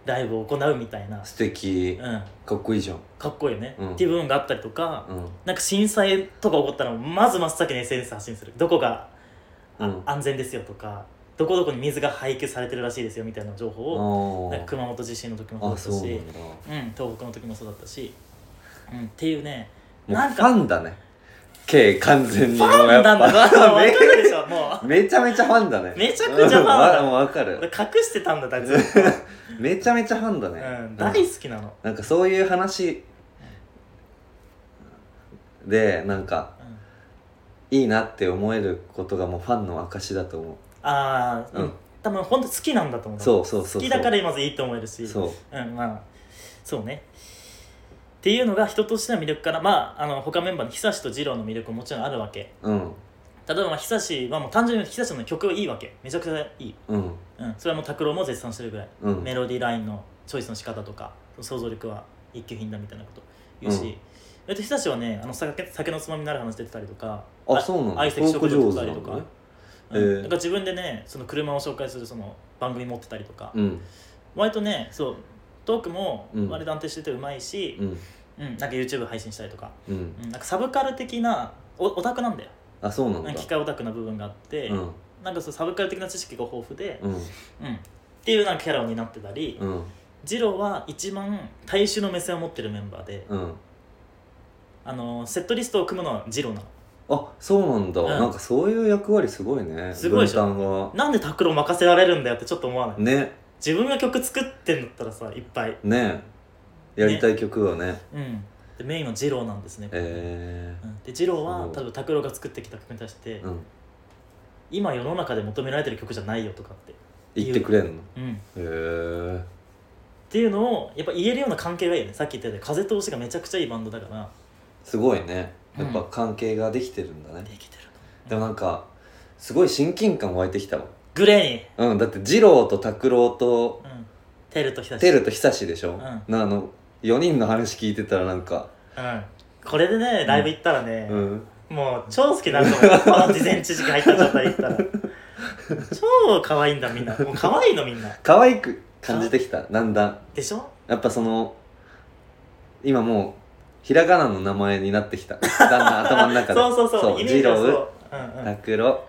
Speaker 2: ライブを行うみたいな、
Speaker 1: 素敵
Speaker 2: うん、
Speaker 1: かっこいいじゃん
Speaker 2: かっこいいよね、
Speaker 1: うん
Speaker 2: っていう部分があったりとか、
Speaker 1: うん
Speaker 2: なんか震災とか起こったらまず真っ先に SNS 発信するどこが、あ
Speaker 1: うん
Speaker 2: 安全ですよとかどこどこに水が配給されてるらしいですよみたいな情報を、
Speaker 1: あ
Speaker 2: なんか
Speaker 1: ー
Speaker 2: 熊本地震の時もそうだ
Speaker 1: あ
Speaker 2: った
Speaker 1: そうなん
Speaker 2: し
Speaker 1: だ
Speaker 2: うん、東北の時もそうだったし、うん、っていうね
Speaker 1: も
Speaker 2: な
Speaker 1: うんフ
Speaker 2: か
Speaker 1: ァンだね K 完全にもう
Speaker 2: ファ
Speaker 1: や
Speaker 2: ン
Speaker 1: っぱ
Speaker 2: なんだな 分かるでしょもう
Speaker 1: めちゃめちゃファンだね
Speaker 2: めちゃくちゃファンだ
Speaker 1: うんわわか
Speaker 2: 俺
Speaker 1: る
Speaker 2: 隠し てたんだだずっと、
Speaker 1: めちゃめちゃファンだ
Speaker 2: う
Speaker 1: ね、
Speaker 2: ん、
Speaker 1: う
Speaker 2: 大
Speaker 1: ん
Speaker 2: 好きなの、
Speaker 1: なんかそういう話でなんか
Speaker 2: うん、
Speaker 1: いいなって思えることがもうファンの証だと思
Speaker 2: ああ、う
Speaker 1: うん
Speaker 2: ん、多分本当好きなんだと思う
Speaker 1: うそうそうそうそう
Speaker 2: 好きだからまずいいと思えるし
Speaker 1: そう
Speaker 2: うんまあそうねっていうのが人としての魅力かなまああの他メンバーの久しと二郎の魅力ももちろんあるわけ
Speaker 1: うん
Speaker 2: 例えばまあ久しはもう単純に久しの曲がいいわけめちゃくちゃいい、
Speaker 1: うん
Speaker 2: うん、それはもう拓郎も絶賛してるぐらい、
Speaker 1: うん
Speaker 2: メロディーラインのチョイスの仕方とか想像力は一級品だみたいなこと言うし、
Speaker 1: うん
Speaker 2: えっと、久しはねあの酒酒のつまみになる話出てたりとか
Speaker 1: あそうなんだ
Speaker 2: 相席食
Speaker 1: トー
Speaker 2: 堂
Speaker 1: ク上
Speaker 2: とか
Speaker 1: 手
Speaker 2: り
Speaker 1: な
Speaker 2: とか、
Speaker 1: のね
Speaker 2: う
Speaker 1: へ
Speaker 2: ん
Speaker 1: え
Speaker 2: なんか自分でねその車を紹介するその番組持ってたりとか、
Speaker 1: うん
Speaker 2: 割とねそうトークも
Speaker 1: うん
Speaker 2: 割と安定しててうまいし、
Speaker 1: うん
Speaker 2: うんなんか YouTube 配信したりとか,、
Speaker 1: うん
Speaker 2: うん、なんかサブカル的なおオタクなんだよ
Speaker 1: あそうなんだ
Speaker 2: なんか機械オタクな部分があって、
Speaker 1: うん
Speaker 2: なんかそうサブカル的な知識が豊富で、
Speaker 1: うん
Speaker 2: うんっていうなんかキャラになってたり、
Speaker 1: うん
Speaker 2: ジローは一番大衆の目線を持ってるメンバーで、
Speaker 1: うん
Speaker 2: あのセットリストを組むのはジローなの
Speaker 1: あそうなんだ、
Speaker 2: うん
Speaker 1: なんかそういう役割すごいね
Speaker 2: すごいでしょ
Speaker 1: 分担
Speaker 2: なんで拓郎任せられるんだよってちょっと思わない
Speaker 1: がね
Speaker 2: 自分が曲作ってんだったらさいっぱい、
Speaker 1: ねやりたい曲はね
Speaker 2: うん、でメインはジローなんですね、
Speaker 1: え
Speaker 2: うん、でジローは
Speaker 1: そう
Speaker 2: 多分拓郎が作ってきた曲に対して、
Speaker 1: ー、うん
Speaker 2: 今世の中で求められてる曲じゃないよとかって、
Speaker 1: 言ってくれんの
Speaker 2: うん、っ
Speaker 1: へえー、
Speaker 2: ていうのをやっぱ言えるような関係がいいよねさっき言ったように風通しがめちゃくちゃいいバンドだから
Speaker 1: すごいねやっぱ
Speaker 2: うん
Speaker 1: 関係ができてるんだね、
Speaker 2: できてる
Speaker 1: でもなんかすごい親近感湧いてきたわ
Speaker 2: グレ
Speaker 1: うんだって二郎と拓郎と
Speaker 2: ーに、うん、テルと久し
Speaker 1: テルと久しでしょ、
Speaker 2: ん
Speaker 1: なあの4人の話聞いてたらなんか
Speaker 2: うん、これでねライブ行ったらね、
Speaker 1: うん
Speaker 2: もう超好きになると思うこの事前知識入った状態行ったら超可愛いんだみんなもう可愛いのみんな
Speaker 1: 可愛く感じてきただんだん
Speaker 2: でしょ
Speaker 1: やっぱその今もうひらがなの名前になってきただんだん頭の中で
Speaker 2: そうそうそうイメー
Speaker 1: 二
Speaker 2: ジはそう、
Speaker 1: 郎
Speaker 2: うんうん、
Speaker 1: 拓郎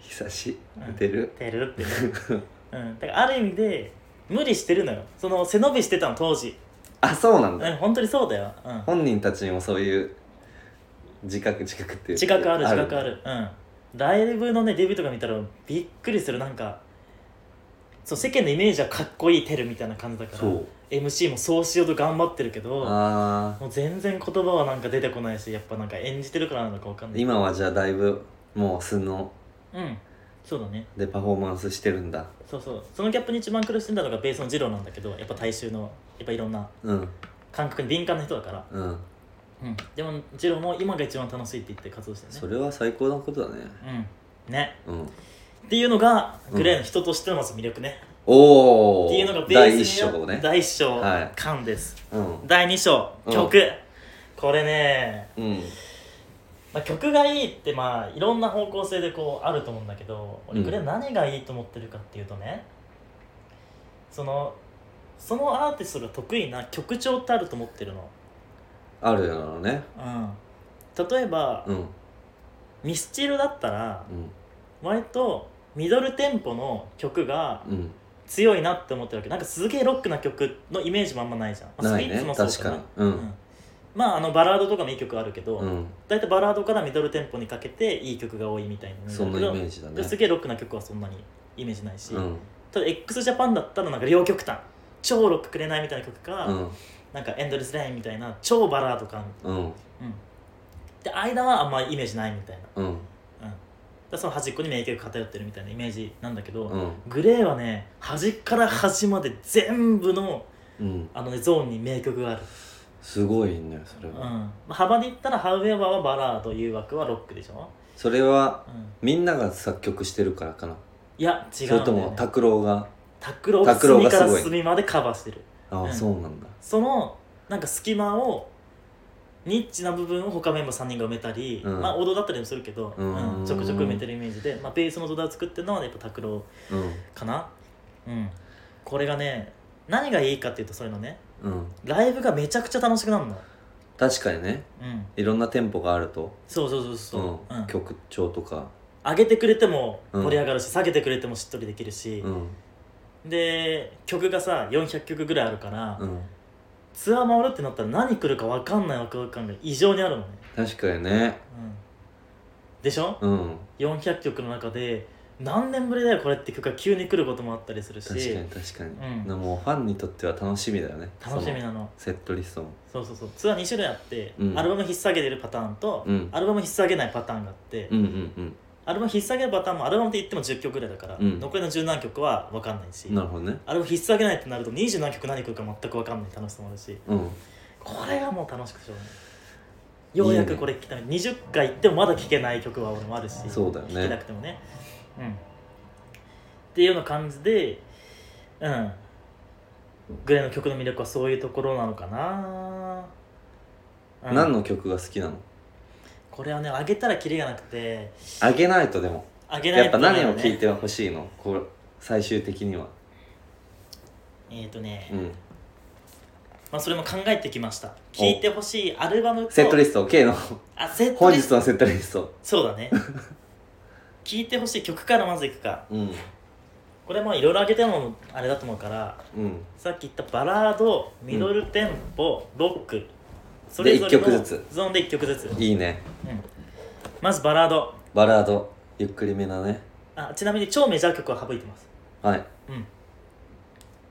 Speaker 1: 久し
Speaker 2: うん
Speaker 1: 出る
Speaker 2: てるってね、うん、だからある意味で無理してるのよその背伸びしてたの当時
Speaker 1: あそうなんだ、
Speaker 2: うん本当にそうだよ、うん、
Speaker 1: 本人たちにもそういう自覚自覚っていう
Speaker 2: 自覚ある自覚あるうんライブのねデビューとか見たらびっくりするなんかそう世間のイメージはかっこいいテルみたいな感じだか
Speaker 1: そ
Speaker 2: ら
Speaker 1: う
Speaker 2: MC もそうしようと頑張ってるけど
Speaker 1: ああ
Speaker 2: もう全然言葉はなんか出てこないしやっぱなんか演じてるからなのかわかんない
Speaker 1: 今はじゃあだいぶもう素の
Speaker 2: うんそうだね
Speaker 1: でパフォーマンスしてるんだ
Speaker 2: そうそうそのギャップに一番苦しんだのがベースのジローなんだけどやっぱ大衆のやっぱいろんな
Speaker 1: うん
Speaker 2: 感覚に敏感な人だから、
Speaker 1: うん
Speaker 2: うん、でもジローも今が一番楽しいって言って活動してるね
Speaker 1: それは最高なことだね
Speaker 2: うんね
Speaker 1: うん
Speaker 2: っていうのがグレーの人としてのまず魅力ね、
Speaker 1: おお
Speaker 2: っていうのがベ
Speaker 1: 第
Speaker 2: ー
Speaker 1: 一
Speaker 2: スに
Speaker 1: 章ね
Speaker 2: 第一章
Speaker 1: はい
Speaker 2: 感です、
Speaker 1: うん
Speaker 2: 第2章
Speaker 1: うん
Speaker 2: 曲、これね、
Speaker 1: うん
Speaker 2: まあ、曲がいいってまあいろんな方向性でこうあると思うんだけど俺
Speaker 1: うん
Speaker 2: グレー何がいいと思ってるかっていうとね、そのそのアーティストが得意な曲調ってあると思ってるの、
Speaker 1: あるよね
Speaker 2: うん、例えば、
Speaker 1: うん
Speaker 2: ミスチルだったら
Speaker 1: うん
Speaker 2: 割とミドルテンポの曲が
Speaker 1: うん
Speaker 2: 強いなって思ってるわけなんかすげえロックな曲のイメージもあんまないじゃん、まあ
Speaker 1: な
Speaker 2: ス
Speaker 1: い
Speaker 2: ピッツ
Speaker 1: ね
Speaker 2: もそう
Speaker 1: 確
Speaker 2: か
Speaker 1: か
Speaker 2: な
Speaker 1: にう
Speaker 2: うんんまああのバラードとかもいい曲あるけど、
Speaker 1: うん
Speaker 2: だいたいバラードからミドルテンポにかけていい曲が多いみたいな
Speaker 1: そんなイメージだ
Speaker 2: で
Speaker 1: ね
Speaker 2: もすげえロックな曲はそんなにイメージないし、
Speaker 1: うん
Speaker 2: ただ x ジャパンだったらなんか両極端超ロックくれないみたいな曲か、
Speaker 1: うん
Speaker 2: なんかエンドレスラインみたいな超バラード感、
Speaker 1: うん
Speaker 2: うん、で間はあんまイメージないみたいな、
Speaker 1: うん
Speaker 2: うん、だからその端っこに名曲偏ってるみたいなイメージなんだけど、
Speaker 1: うん
Speaker 2: グレーはね端から端まで全部の
Speaker 1: うん
Speaker 2: あの、ね、ゾーンに名曲がある、
Speaker 1: すごいねそれ
Speaker 2: うん
Speaker 1: は
Speaker 2: まあ幅で言ったら「ハウエバー」はバラード誘惑はロックでしょ、
Speaker 1: それは
Speaker 2: うん、
Speaker 1: みんなが作曲してるからかない
Speaker 2: や違
Speaker 1: そ
Speaker 2: うんだ
Speaker 1: れ
Speaker 2: よ、
Speaker 1: とも
Speaker 2: ね、
Speaker 1: 拓郎が
Speaker 2: 拓郎が
Speaker 1: 拓郎
Speaker 2: 隅
Speaker 1: がす
Speaker 2: か
Speaker 1: ごい
Speaker 2: ら隅までカバーしてる
Speaker 1: あ
Speaker 2: う
Speaker 1: あ
Speaker 2: ん
Speaker 1: そうなんだ
Speaker 2: そのなんか隙間をニッチな部分を他メンバー3人が埋めたり、
Speaker 1: うん
Speaker 2: まあ王道だったりもするけど、
Speaker 1: うん
Speaker 2: うんちょくちょく埋めてるイメージで、まあ、ベースの土台を作ってるのはやっぱ拓郎
Speaker 1: うん
Speaker 2: かなうんこれがね何がいいかっていうとそれのね
Speaker 1: うん
Speaker 2: ライブがめちゃくちゃ楽しくなるの
Speaker 1: 確かにね
Speaker 2: うん
Speaker 1: いろんな店舗があると
Speaker 2: そうそうそうそう、
Speaker 1: うん曲調とか
Speaker 2: 上げてくれても
Speaker 1: うん
Speaker 2: 盛り上がるし、下げてくれてもしっとりできるし
Speaker 1: う、ん
Speaker 2: で曲がさ400曲ぐらいあるから、
Speaker 1: うん
Speaker 2: ツアー回るってなったら何来るか分かんないワクワク感が異常にあるのね、
Speaker 1: 確かにね
Speaker 2: うん、でしょ
Speaker 1: うん
Speaker 2: 400曲の中で何年ぶりだよこれって曲が急に来ることもあったりするし
Speaker 1: 確かに確かに、
Speaker 2: う
Speaker 1: もうファンにとっては楽しみだよね
Speaker 2: 楽しみ
Speaker 1: その
Speaker 2: なの
Speaker 1: セットリストも
Speaker 2: そうそうそうツアー2種類あって、
Speaker 1: うん
Speaker 2: アルバム引っ提げてるパターンと、
Speaker 1: うん
Speaker 2: アルバム引っ提げないパターンがあって、
Speaker 1: うんうん
Speaker 2: アルバム引っ提げるパターンもアルバムって言っても10曲ぐらいだから、
Speaker 1: うん
Speaker 2: 残りの十何曲は分かんないし
Speaker 1: うんなるほどね
Speaker 2: アルバム引っ提げないってなると二十何曲何来るか全く分かんない楽しさもあるし
Speaker 1: うん
Speaker 2: これがもう楽しくてしょうがないようやくこれ聞きたい20回行ってもまだ聴けない曲は俺もあるし
Speaker 1: そうだよね
Speaker 2: 聴けなくてもねうんっていうような感じでうんぐらいの曲の魅力はそういうところなのかな、うん
Speaker 1: 何の曲が好きなの
Speaker 2: これはね上げたらキリがなくて
Speaker 1: あげないとでも
Speaker 2: 上げない
Speaker 1: やっぱ何を
Speaker 2: 聞
Speaker 1: 聴いては欲しいのこう最終的には
Speaker 2: えっ、とね、
Speaker 1: うん
Speaker 2: まあ、それも考えてきました聴いてほしいアルバムと
Speaker 1: セットリスト K の
Speaker 2: あセット
Speaker 1: 本
Speaker 2: リ
Speaker 1: 日
Speaker 2: スト
Speaker 1: のセットリスト
Speaker 2: そうだ ね聴いてほしい曲からまずいくか
Speaker 1: うん
Speaker 2: これもいろいろ上げてもあれだと思うから
Speaker 1: うん
Speaker 2: さっき言ったバラードミドルテンポ、ロックそ
Speaker 1: で一曲ず
Speaker 2: ゾーンで1曲ずつ、うん、
Speaker 1: いいね
Speaker 2: まずバラード
Speaker 1: バラードゆっくりめなね
Speaker 2: あちなみに超メジャー曲は省いてます
Speaker 1: はい
Speaker 2: うん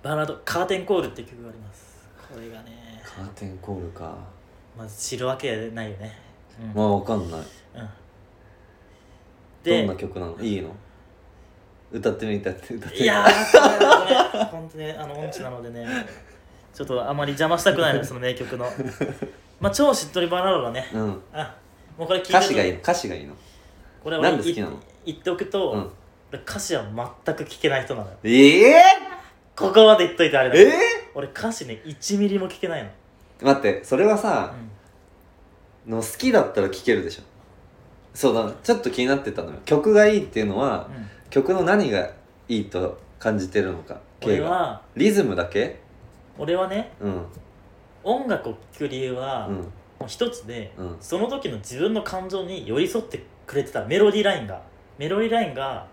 Speaker 2: バラード「カーテンコール」っていう曲がありますこれがね
Speaker 1: カーテンコールか
Speaker 2: まず知るわけないよねうん、
Speaker 1: まあわかんない
Speaker 2: うん
Speaker 1: どん
Speaker 2: で
Speaker 1: な曲なのいいの歌ってみたって歌って
Speaker 2: いやーこれ本当ねあの音痴なのでねちょっとあまり邪魔したくない のその名曲のまあ超しっとりバラードだね
Speaker 1: うん
Speaker 2: あもうこれ聞いて
Speaker 1: 歌詞がいいの歌詞がいいの
Speaker 2: これは
Speaker 1: なんで好きなの
Speaker 2: 言っておくと、
Speaker 1: うん
Speaker 2: 歌詞は全く聞けない人なのよ
Speaker 1: ええ
Speaker 2: ここまで言っといてあれだ
Speaker 1: ええ
Speaker 2: 俺歌詞ね1ミリも聞けないの、
Speaker 1: 待ってそれは
Speaker 2: う
Speaker 1: さ、
Speaker 2: ん
Speaker 1: の好きだったら聴けるでしょそうだちょっと気になってたのよ曲がいいっていうのは、
Speaker 2: うん
Speaker 1: 曲の何がいいと感じてるのか
Speaker 2: 俺
Speaker 1: K が
Speaker 2: は
Speaker 1: リズムだけ
Speaker 2: 俺はね
Speaker 1: うん
Speaker 2: 音楽を聴く理由は、
Speaker 1: う
Speaker 2: も
Speaker 1: ん
Speaker 2: う一つで、
Speaker 1: うん
Speaker 2: その時の自分の感情に寄り添ってくれてたメロディーラインがメロディーラインが、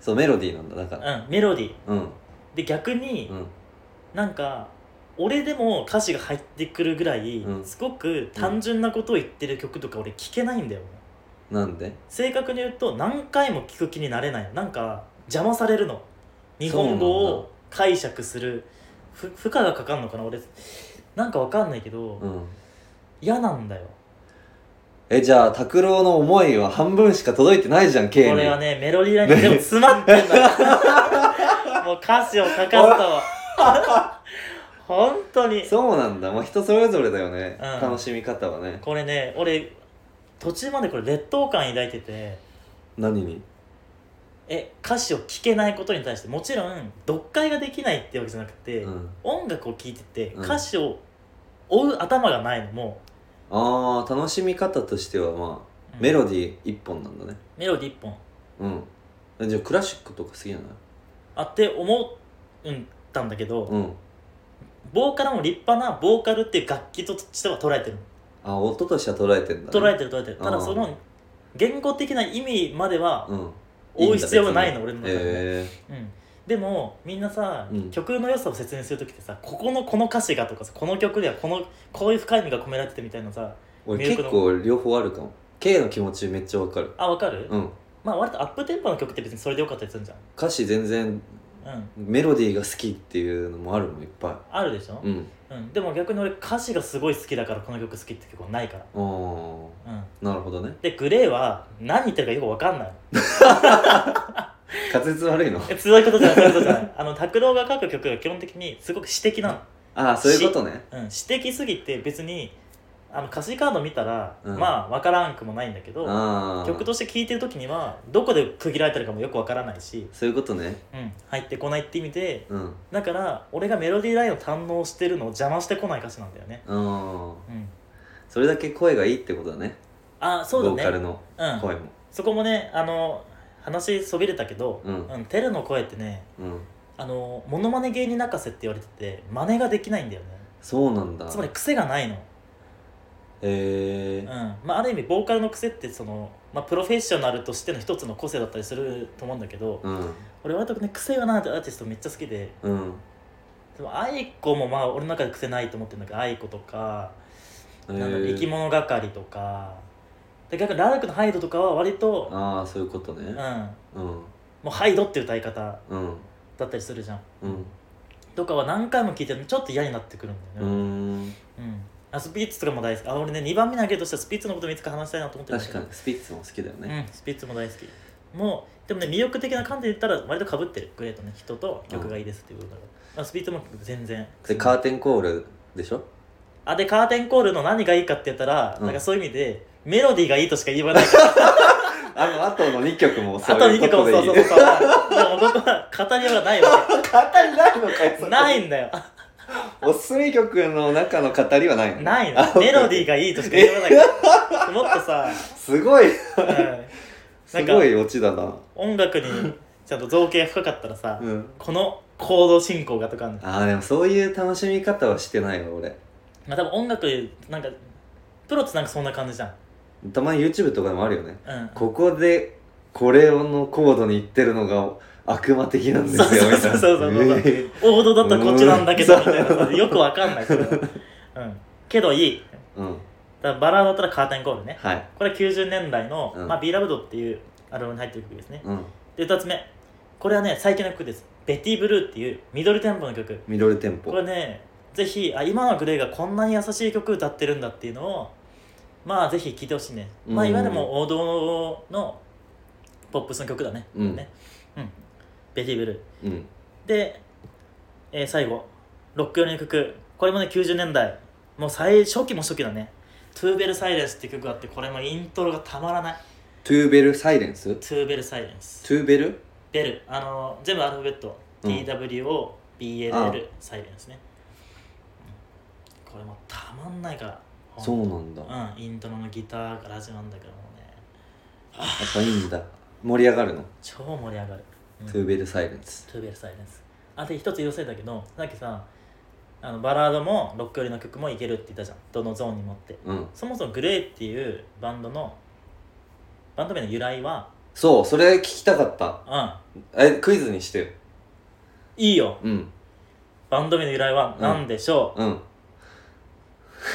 Speaker 1: そうメロディーなんだだから
Speaker 2: うん、メロディー
Speaker 1: うん
Speaker 2: で逆に、
Speaker 1: うん
Speaker 2: なんか俺でも歌詞が入ってくるぐらい、
Speaker 1: うん
Speaker 2: すごく単純なことを言ってる曲とか俺聞けないんだよ、
Speaker 1: なんで
Speaker 2: 正確に言うと何回も聞く気になれないなんか邪魔されるの日本語
Speaker 1: そうなん
Speaker 2: を解釈するふ負荷がかかるのかな俺なんかわかんないけど、
Speaker 1: うん
Speaker 2: 嫌なんだよ
Speaker 1: えじゃあ拓郎の思いは半分しか届いてないじゃん K に
Speaker 2: これはねメロディーラインにでも詰まっ てんだよもう歌詞を書かすとは本当に
Speaker 1: そうなんだまあ人それぞれだよね、
Speaker 2: うん
Speaker 1: 楽しみ方はね
Speaker 2: これね俺途中までこれ劣等感抱いてて
Speaker 1: 何に
Speaker 2: え歌詞を聴けないことに対してもちろん読解ができないってわけじゃなくて、
Speaker 1: うん
Speaker 2: 音楽を聴いてて
Speaker 1: うん
Speaker 2: 歌詞を追う頭がないのも、
Speaker 1: ああ楽しみ方としてはまあ
Speaker 2: うん
Speaker 1: メロディー一本なんだね
Speaker 2: メロディ1本
Speaker 1: うんじゃあクラシックとか好きなの
Speaker 2: あって思うんたんだけど、
Speaker 1: うん
Speaker 2: ボーカルも立派なボーカルっていう楽器としては捉えてる
Speaker 1: あ音としては捉えてんだ、ね、
Speaker 2: 捉えてる捉えてるた
Speaker 1: あ
Speaker 2: だ
Speaker 1: ー
Speaker 2: その言語的な意味までは
Speaker 1: うん
Speaker 2: 追う必要はない
Speaker 1: ん
Speaker 2: の
Speaker 1: だ
Speaker 2: 俺の中で、
Speaker 1: へ
Speaker 2: うん、でもみんなさ、
Speaker 1: うん
Speaker 2: 曲の良さを説明する時ってさここのこの歌詞がとかさこの曲ではこのこういう深い意味が込められててみたいなさ
Speaker 1: え俺
Speaker 2: 魅
Speaker 1: 結
Speaker 2: 力の
Speaker 1: 構両方あるかも K の気持ちめっちゃわかる
Speaker 2: あわかる、
Speaker 1: うん
Speaker 2: まあ割とアップテンポの曲って別にそれでよかったりするじゃ
Speaker 1: 歌詞全然
Speaker 2: んうん
Speaker 1: メロディーが好きっていうのもあるもんいっぱ
Speaker 2: あるでしょ
Speaker 1: いうん
Speaker 2: うん、でも逆に俺歌詞がすごい好きだからこの曲好きって曲はないか
Speaker 1: あー
Speaker 2: ら、うん、
Speaker 1: なるほどね
Speaker 2: でグレーは何言ってるかよく分かんない
Speaker 1: 滑舌悪いの
Speaker 2: えそういうことじゃないそういうことじゃ ないあの拓郎が書く曲が基本的にすごく詩的な
Speaker 1: ああそういうことね
Speaker 2: の、うん、詩的すぎて別にあの歌詞カード見たら、
Speaker 1: うん
Speaker 2: まあ分からんくもないんだけど
Speaker 1: ああ
Speaker 2: 曲として聴いてる時にはどこで区切られてるかもよく分からないし、
Speaker 1: そういうことね
Speaker 2: うん、入ってこないって意味で
Speaker 1: うんあ
Speaker 2: だから俺がメロディーラインを堪能してるのを邪魔してこない歌詞なんだよね、
Speaker 1: あ
Speaker 2: うん、
Speaker 1: それだけ声がいいってことだね
Speaker 2: あそうだね
Speaker 1: ボーカルの
Speaker 2: うん、
Speaker 1: 声も
Speaker 2: そこもねあの話そびれたけど、
Speaker 1: うん
Speaker 2: テルの声ってね
Speaker 1: うん
Speaker 2: あのモノマネ芸人泣かせって言われてて真似ができないんだよね
Speaker 1: そうなんだ
Speaker 2: つまり癖がないの、
Speaker 1: へ
Speaker 2: うん
Speaker 1: え
Speaker 2: まあ、ある意味ボーカルの癖ってその、まあ、プロフェッショナルとしての一つの個性だったりすると思うんだけど、
Speaker 1: うん
Speaker 2: 俺割とね癖がないアーティストめっちゃ好きで
Speaker 1: うん
Speaker 2: でも愛子もまあ俺の中で癖ないと思ってるんだけど愛子とか
Speaker 1: へ
Speaker 2: なんだろう
Speaker 1: え
Speaker 2: 生き物係とかで逆にラルクのハイドとかは割と、
Speaker 1: ああそういうこと
Speaker 2: うん、
Speaker 1: ね
Speaker 2: も
Speaker 1: うん
Speaker 2: うハイドっていう歌い方
Speaker 1: うん
Speaker 2: だったりするじゃん
Speaker 1: うん
Speaker 2: とかは何回も聞いてるのちょっと嫌になってくるんだ
Speaker 1: う
Speaker 2: よね
Speaker 1: ーん
Speaker 2: うん、あスピッツとかも大好きあ俺ね2番目に挙げるとしたらスピッツのこともいつか話したいなと思ってるんだ
Speaker 1: 確
Speaker 2: け
Speaker 1: か
Speaker 2: ど
Speaker 1: にスピッツも好きだよね
Speaker 2: うん、スピッツも大好きもうでもね魅力的な観点で言ったら割とかぶってるグレートね人と曲がいいですっていう部分だから、まあ、スピッツも全然
Speaker 1: でカーテンコールでしょ
Speaker 2: あでカーテンコールの何がいいかって言ったら、
Speaker 1: うん
Speaker 2: なんかそういう意味でメロディーがいいとしか言 わないから
Speaker 1: あの後の2曲も
Speaker 2: あと2曲もそうそう そうそうでも僕は語りようがないわ
Speaker 1: 語りないのかよそ
Speaker 2: け
Speaker 1: れ
Speaker 2: ないんだよ
Speaker 1: おすすめ曲の中の語りはないの
Speaker 2: ない
Speaker 1: あ
Speaker 2: のメロディーがいいとしか言わないからもっとさ、
Speaker 1: すごい
Speaker 2: うん
Speaker 1: すごいオチだな
Speaker 2: 音楽にちゃんと造形が深かったらさ、
Speaker 1: うん
Speaker 2: この行動進行がとかあるの
Speaker 1: あーでもそういう楽しみ方はしてないわ俺
Speaker 2: まあ多分音楽なんかプロってなんかそんな感じじゃん
Speaker 1: たまに YouTube とかでもあるよね
Speaker 2: うん
Speaker 1: ここでこれのコードにいってるのが悪魔的なんですよみたいな
Speaker 2: そうそうそうそうそう
Speaker 1: えー
Speaker 2: 王道だったらこっちなんだけど
Speaker 1: うん
Speaker 2: みたいなさよくわかんないそれはうんけどいい
Speaker 1: うん
Speaker 2: だからバラードだったらカーテンコールね
Speaker 1: はい
Speaker 2: これは90年代の「
Speaker 1: うん
Speaker 2: まあ、b l o v e d っていうアルバムに入ってる曲ですね
Speaker 1: うん
Speaker 2: で2つ目これはね最近の曲です「ベティ・ブルー」っていうミドルテンポの曲
Speaker 1: ミドルテンポ
Speaker 2: これねぜひあ今のグレーがこんなに優しい曲歌ってるんだっていうのをまあぜひ聴いてほしいね、まあ
Speaker 1: うん
Speaker 2: いわゆるもう王道のポップスの曲だね
Speaker 1: うん
Speaker 2: ねうんベティ・ブルー
Speaker 1: うん
Speaker 2: で、えー最後ロック寄りの曲これもね90年代もう最初期も初期だね「トゥーベル・サイレンス」って曲があってこれもイントロがたまらない
Speaker 1: トゥーベルサイレンス
Speaker 2: 「トゥーベル・サイレンス」
Speaker 1: トゥーベル
Speaker 2: ベルあの全部アルファベット、
Speaker 1: うんああ
Speaker 2: TWOBLL サイレンスねうんこれもたまんないから
Speaker 1: そうなんだやっ
Speaker 2: うんイントロのギターから始まるんだけどもね
Speaker 1: ぱいいんだ盛り上がるの
Speaker 2: 超盛り上がる、うん
Speaker 1: トゥーベルサイレンス
Speaker 2: トゥーベルサイレンスあで一つ言い忘れたけどさっきさあのバラードもロック寄りの曲もいけるって言ったじゃんどのゾーンに持って
Speaker 1: うん
Speaker 2: そもそもグレーっていうバンドのバンド名の由来は
Speaker 1: そうそれ聞きたかった
Speaker 2: うん
Speaker 1: えクイズにしてよ
Speaker 2: いいよ
Speaker 1: うん
Speaker 2: バンド名の由来は何でしょう、
Speaker 1: うん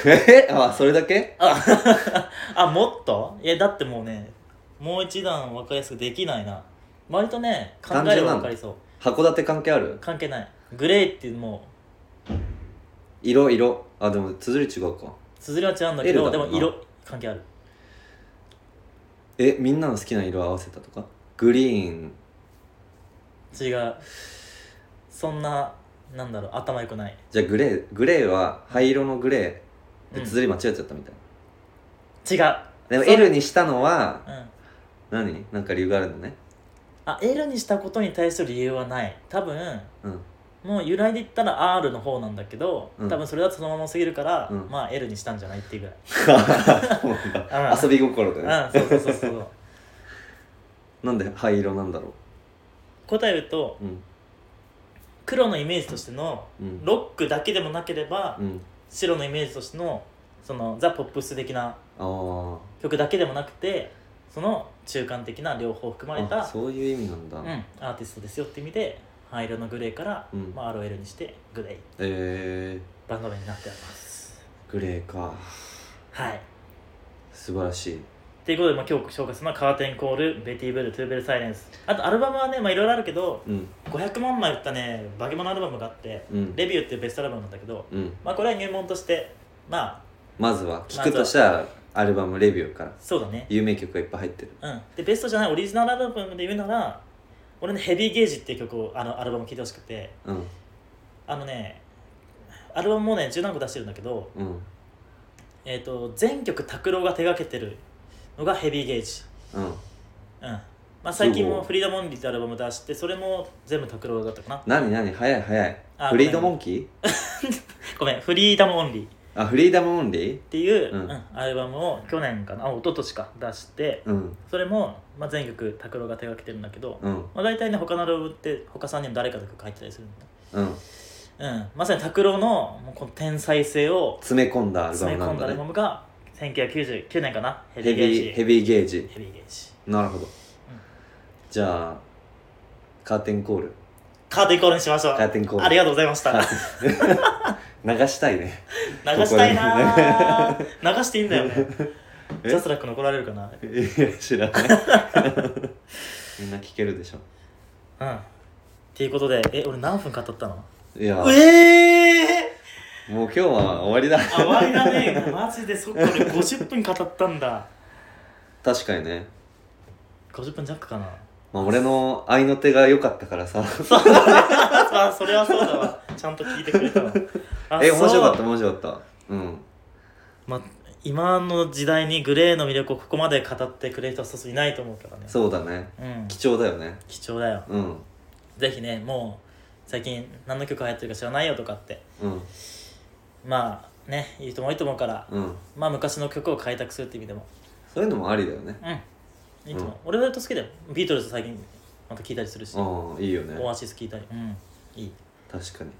Speaker 1: えあそれだけ
Speaker 2: ああもっといやだってもうねもう一段分かりやすくできないな割とね考えれば分かりそう
Speaker 1: 函館関係ある
Speaker 2: 関係ないグレーっていうもう
Speaker 1: 色色あでも綴り違うか
Speaker 2: 綴りは違うんだけ
Speaker 1: L
Speaker 2: ど
Speaker 1: だ
Speaker 2: で
Speaker 1: も
Speaker 2: も
Speaker 1: んな
Speaker 2: 色関係ある
Speaker 1: えみんなの好きな色合わせたとかグリーン
Speaker 2: 違うそんななんだろう頭良くない
Speaker 1: じゃあグレーグレーは灰色のグレー
Speaker 2: う
Speaker 1: で
Speaker 2: ん
Speaker 1: 綴り間違えちゃったみたい
Speaker 2: 違う
Speaker 1: な、
Speaker 2: そ
Speaker 1: で
Speaker 2: れ
Speaker 1: も L にしたのは
Speaker 2: うん
Speaker 1: 何なんか理由があるの ね
Speaker 2: あ L にしたことに対する理由はない多分
Speaker 1: うん
Speaker 2: もう由来で言ったら R の方なんだけど、
Speaker 1: うん
Speaker 2: 多分それだとそのまま過ぎるから、
Speaker 1: うん
Speaker 2: まあ L にしたんじゃないっていうぐらい
Speaker 1: そうなんだ
Speaker 2: う
Speaker 1: 遊
Speaker 2: ん
Speaker 1: び心でね
Speaker 2: うんそうそうそうそう
Speaker 1: なんで灰色なんだろ
Speaker 2: 答えると
Speaker 1: ううん
Speaker 2: 黒のイメージとしての
Speaker 1: うん
Speaker 2: ロックだけでもなければ、
Speaker 1: うん
Speaker 2: 白のイメージとしてのそのザ・ポップス的な
Speaker 1: あ
Speaker 2: 曲だけでもなくてその中間的な両方含まれ
Speaker 1: ーあ
Speaker 2: た
Speaker 1: そういう意味なんだ、
Speaker 2: うん、アーティストですよって意味で灰色のグレーから、
Speaker 1: うん
Speaker 2: まあ、ROL にしてグレー
Speaker 1: え
Speaker 2: バンド名になっております
Speaker 1: ー、グレーか
Speaker 2: はい
Speaker 1: 素晴らしい
Speaker 2: ということで、まあ、今日紹介するのはカーテンコールベティ・ブルートゥーベル・サイレンスあとアルバムはねまあいろいろあるけど
Speaker 1: うん
Speaker 2: 500万枚売ったねバケモノアルバムがあって
Speaker 1: うん
Speaker 2: レビューっていうベストアルバムなんだけど、
Speaker 1: うん
Speaker 2: まあ、これは入門としてまあ
Speaker 1: まずは聞くとしたらアルバムレビューから
Speaker 2: そうだね
Speaker 1: 有名曲がいっぱい入ってる
Speaker 2: うんでベストじゃないオリジナルアルバムで言うなら俺ね「ヘビーゲージ」っていう曲をあのアルバム聴いてほしくて
Speaker 1: うん
Speaker 2: あのねアルバムもね十何個出してるんだけど
Speaker 1: うん
Speaker 2: えー、と全曲拓郎が手がけてるのがヘビーゲージ、
Speaker 1: うん
Speaker 2: うんまあ、最近
Speaker 1: す
Speaker 2: も
Speaker 1: ごい
Speaker 2: フリーダムオンリーってアルバム出してそれも全部拓郎だったかな
Speaker 1: 何何早い早い
Speaker 2: あ
Speaker 1: フリードモンキー
Speaker 2: ごめんフリーダムオンリー
Speaker 1: あフリーダムオンリー
Speaker 2: ていう、
Speaker 1: うん
Speaker 2: うんアルバムを去年かなあ一昨年か出して
Speaker 1: うん
Speaker 2: それも、まあ、全曲拓郎が手がけてるんだけど、
Speaker 1: うん
Speaker 2: まあ、大体ね他のアルバムって他3人も誰かと曲入ってたりするんだ
Speaker 1: うん
Speaker 2: うん、まさに拓郎のもうこの天才性を
Speaker 1: 詰め込んだアルバ
Speaker 2: 詰
Speaker 1: ム
Speaker 2: め
Speaker 1: な
Speaker 2: 込ん
Speaker 1: ん
Speaker 2: だア
Speaker 1: だ
Speaker 2: ルバ
Speaker 1: ね
Speaker 2: ムが1999年かなヘ
Speaker 1: ヘ
Speaker 2: ビーゲー
Speaker 1: ビ
Speaker 2: ジ
Speaker 1: ーヘビーゲージ
Speaker 2: ヘビーゲージ
Speaker 1: なるほど、じゃあカーテンコール
Speaker 2: カーテンコールにしましょう
Speaker 1: カーテンコール
Speaker 2: ありがとうございました
Speaker 1: は
Speaker 2: 流
Speaker 1: い流したいね
Speaker 2: したいなー流していいんだよね
Speaker 1: え
Speaker 2: ジャスラックに怒られるかない
Speaker 1: や知らないみんな聞けるでしょ
Speaker 2: うんっていうことでえ俺何分語ったの
Speaker 1: いや
Speaker 2: ええ
Speaker 1: もう今日は終わりだ
Speaker 2: ー、あ終わりだね マジでそっか俺50分語ったんだ
Speaker 1: 確かにね、
Speaker 2: 50分弱かな
Speaker 1: まあ、俺の合いの手が良かったからさ
Speaker 2: そうだねあそれはそうだわちゃんと聞いてくれたわあ
Speaker 1: え面白かっ
Speaker 2: そ
Speaker 1: た
Speaker 2: う
Speaker 1: 面白かったうん
Speaker 2: まあ、今の時代にグレーの魅力をここまで語ってくれる人はそうそういないと思うからね
Speaker 1: そうだね
Speaker 2: う、ん、
Speaker 1: 貴重だよね
Speaker 2: 貴重だよ
Speaker 1: うん
Speaker 2: ぜひねもう最近何の曲流行ってるか知らないよとかって
Speaker 1: うん
Speaker 2: まあねいい人も多いと思うから、
Speaker 1: うん
Speaker 2: まあ昔の曲を開拓するって意味でも
Speaker 1: そういうのもありだよね
Speaker 2: うんいいと思う、俺だと好きだよビートルズ最近また聴いたりするし、
Speaker 1: ああいいよね
Speaker 2: オアシス聴いたりうんいい
Speaker 1: 確かに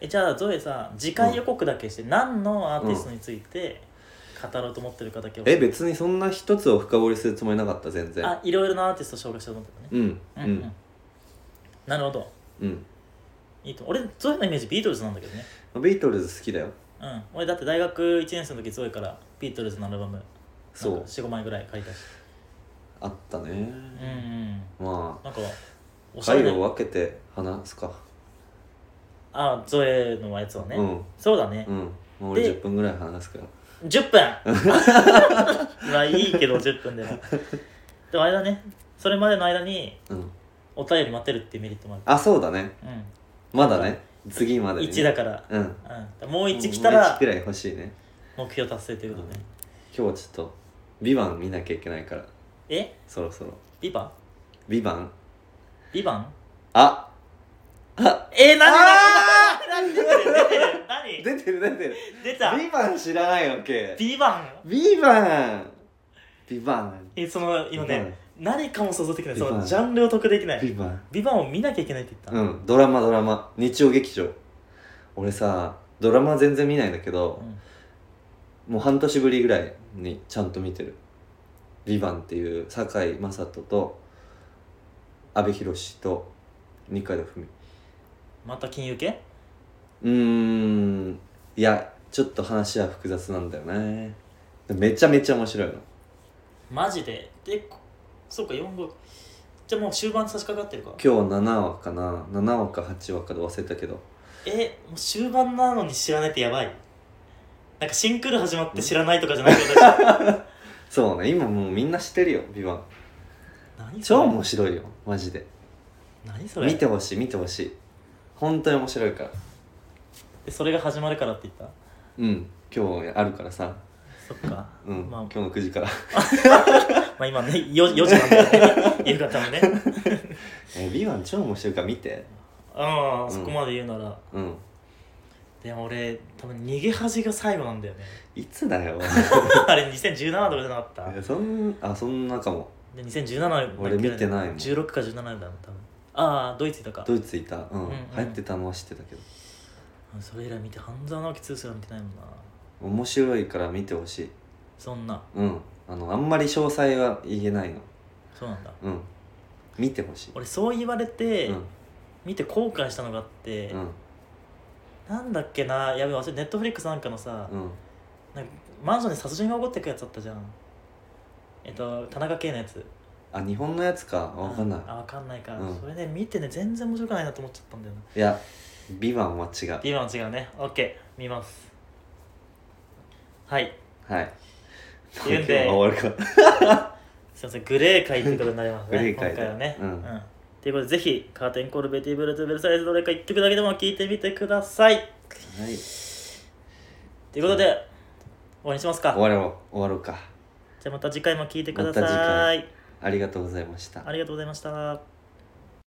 Speaker 2: えじゃあゾエさん次回予告だけして、何のアーティストについて語ろうと思ってるかだけ教
Speaker 1: え
Speaker 2: えて
Speaker 1: 別にそんな一つを深掘りするつもりなかった全然
Speaker 2: あいろいろなアーティストを紹介しようと思ってた
Speaker 1: う
Speaker 2: ね
Speaker 1: ん
Speaker 2: う
Speaker 1: うん
Speaker 2: うんんなるほど
Speaker 1: うん、
Speaker 2: いいと俺ゾエのイメージビートルズなんだけどね
Speaker 1: まあビートルズ好きだよ
Speaker 2: うん俺だって大学1年生の時ゾエからビートルズのアルバム
Speaker 1: そう
Speaker 2: 45枚ぐらい借りたし
Speaker 1: あったね、
Speaker 2: うんうん
Speaker 1: まあ
Speaker 2: なんかおしゃれ
Speaker 1: 回
Speaker 2: ね
Speaker 1: を分けて話すか、
Speaker 2: あゾエのやつはね、
Speaker 1: うん
Speaker 2: そうだね
Speaker 1: う、んもう俺
Speaker 2: で
Speaker 1: 10分ぐらい話すから
Speaker 2: 10分まあいいけど10分でもでもあれだねそれまでの間に
Speaker 1: うん
Speaker 2: お便り待てるっていうメリットもある
Speaker 1: あそうだね
Speaker 2: う
Speaker 1: まだね次ま
Speaker 2: ん、
Speaker 1: でに
Speaker 2: 1だから、
Speaker 1: うん
Speaker 2: うん、もう1来たら
Speaker 1: 1くらい欲しいね
Speaker 2: 目標達成ということで、
Speaker 1: うん今日はちょっと「ビバン見なきゃいけないから
Speaker 2: え
Speaker 1: そろそろ
Speaker 2: ビバン
Speaker 1: 「ビバン
Speaker 2: ビバン
Speaker 1: あ
Speaker 2: えー、何
Speaker 1: あ
Speaker 2: 何何出てる何
Speaker 1: 出てる出てる「
Speaker 2: 出た
Speaker 1: ビバン知らないわけ
Speaker 2: ビバン
Speaker 1: 「ビバンビバン
Speaker 2: えその今ね何かも想像できないそ
Speaker 1: ビ
Speaker 2: の
Speaker 1: バン
Speaker 2: ジャンルを得できな
Speaker 1: ビ
Speaker 2: い
Speaker 1: バン
Speaker 2: ビバンを見なきゃいけないって言った
Speaker 1: うんドラマドラマ日曜劇場俺さドラマ全然見ないんだけど
Speaker 2: う、ん
Speaker 1: もう半年ぶりぐらいにちゃんと見てる「ビバンっていう堺雅人と阿部寛と二階堂ふみ
Speaker 2: また金融系
Speaker 1: うーんいやちょっと話は複雑なんだよねでもめちゃめちゃ面白いの
Speaker 2: マジででこそうか4号じゃあもう終盤に差し掛かってるか
Speaker 1: 今日7話かな7話か8話かで忘れたけど
Speaker 2: えもう終盤なのに知らないってやばいなんかシンクール始まって知らないとかじゃないけど
Speaker 1: そうね今もうみんな知ってるよ「ビバン
Speaker 2: 何そ
Speaker 1: 超
Speaker 2: れ
Speaker 1: 面白いよマジで
Speaker 2: 何それ
Speaker 1: 見てほしい見てほしい本当に面白いから
Speaker 2: でそれが始まるからって言った
Speaker 1: うん今日あるからさ
Speaker 2: そっか、
Speaker 1: うん、
Speaker 2: まあ、ま
Speaker 1: 今日の9時から
Speaker 2: あ今ね 4, 時なんだよね夕方のねうん
Speaker 1: えビバン超面白いから見て
Speaker 2: そこまで言うなら、
Speaker 1: うん
Speaker 2: でも俺多分逃げ恥が最後なん だよね
Speaker 1: いつだ よ
Speaker 2: あれ2017とかじゃなかった
Speaker 1: いやそんあそんなかも
Speaker 2: で2017
Speaker 1: 俺見てないもん
Speaker 2: 16か17だな多分ああドイツいたか
Speaker 1: ドイツいたうん、
Speaker 2: うんうん
Speaker 1: 流行ってたのは知ってたけど
Speaker 2: うんそれ以来見て半沢直樹2すら見てないもんな
Speaker 1: 面白いから見てほしい
Speaker 2: そんな
Speaker 1: うんあのあんまり詳細は言えないの
Speaker 2: そうなんだ
Speaker 1: うん見てほしい
Speaker 2: 俺そう言われて、
Speaker 1: うん
Speaker 2: 見て後悔したのがあって、
Speaker 1: うん
Speaker 2: なんだっけなやべえ忘れネットフリックスなんかのさ、
Speaker 1: うん
Speaker 2: なんかマンションで殺人が起こってくやつあったじゃんえっと田中圭のやつ
Speaker 1: あ日本のやつかわかんない
Speaker 2: あ分かんないか、
Speaker 1: うん
Speaker 2: それね見てね全然面白くないなと思っちゃったんだよない
Speaker 1: やビバンは違う
Speaker 2: 今は違うね OK 見ますはい
Speaker 1: はい
Speaker 2: 言う ん
Speaker 1: 今
Speaker 2: で
Speaker 1: 日は終わるか
Speaker 2: すいませんグレー会ということになります ね
Speaker 1: グレー会
Speaker 2: 今回はね
Speaker 1: うん
Speaker 2: ということでぜひカーテンコールベティブルートゥベルサイズどれか1曲だけでも聴いてみてください
Speaker 1: はい
Speaker 2: ということで終わりにしますか
Speaker 1: 終わろう終わろうか
Speaker 2: じゃあまた次回も聴いてくだ
Speaker 1: また次
Speaker 2: さい
Speaker 1: ありがとうございました
Speaker 2: ありがとうございました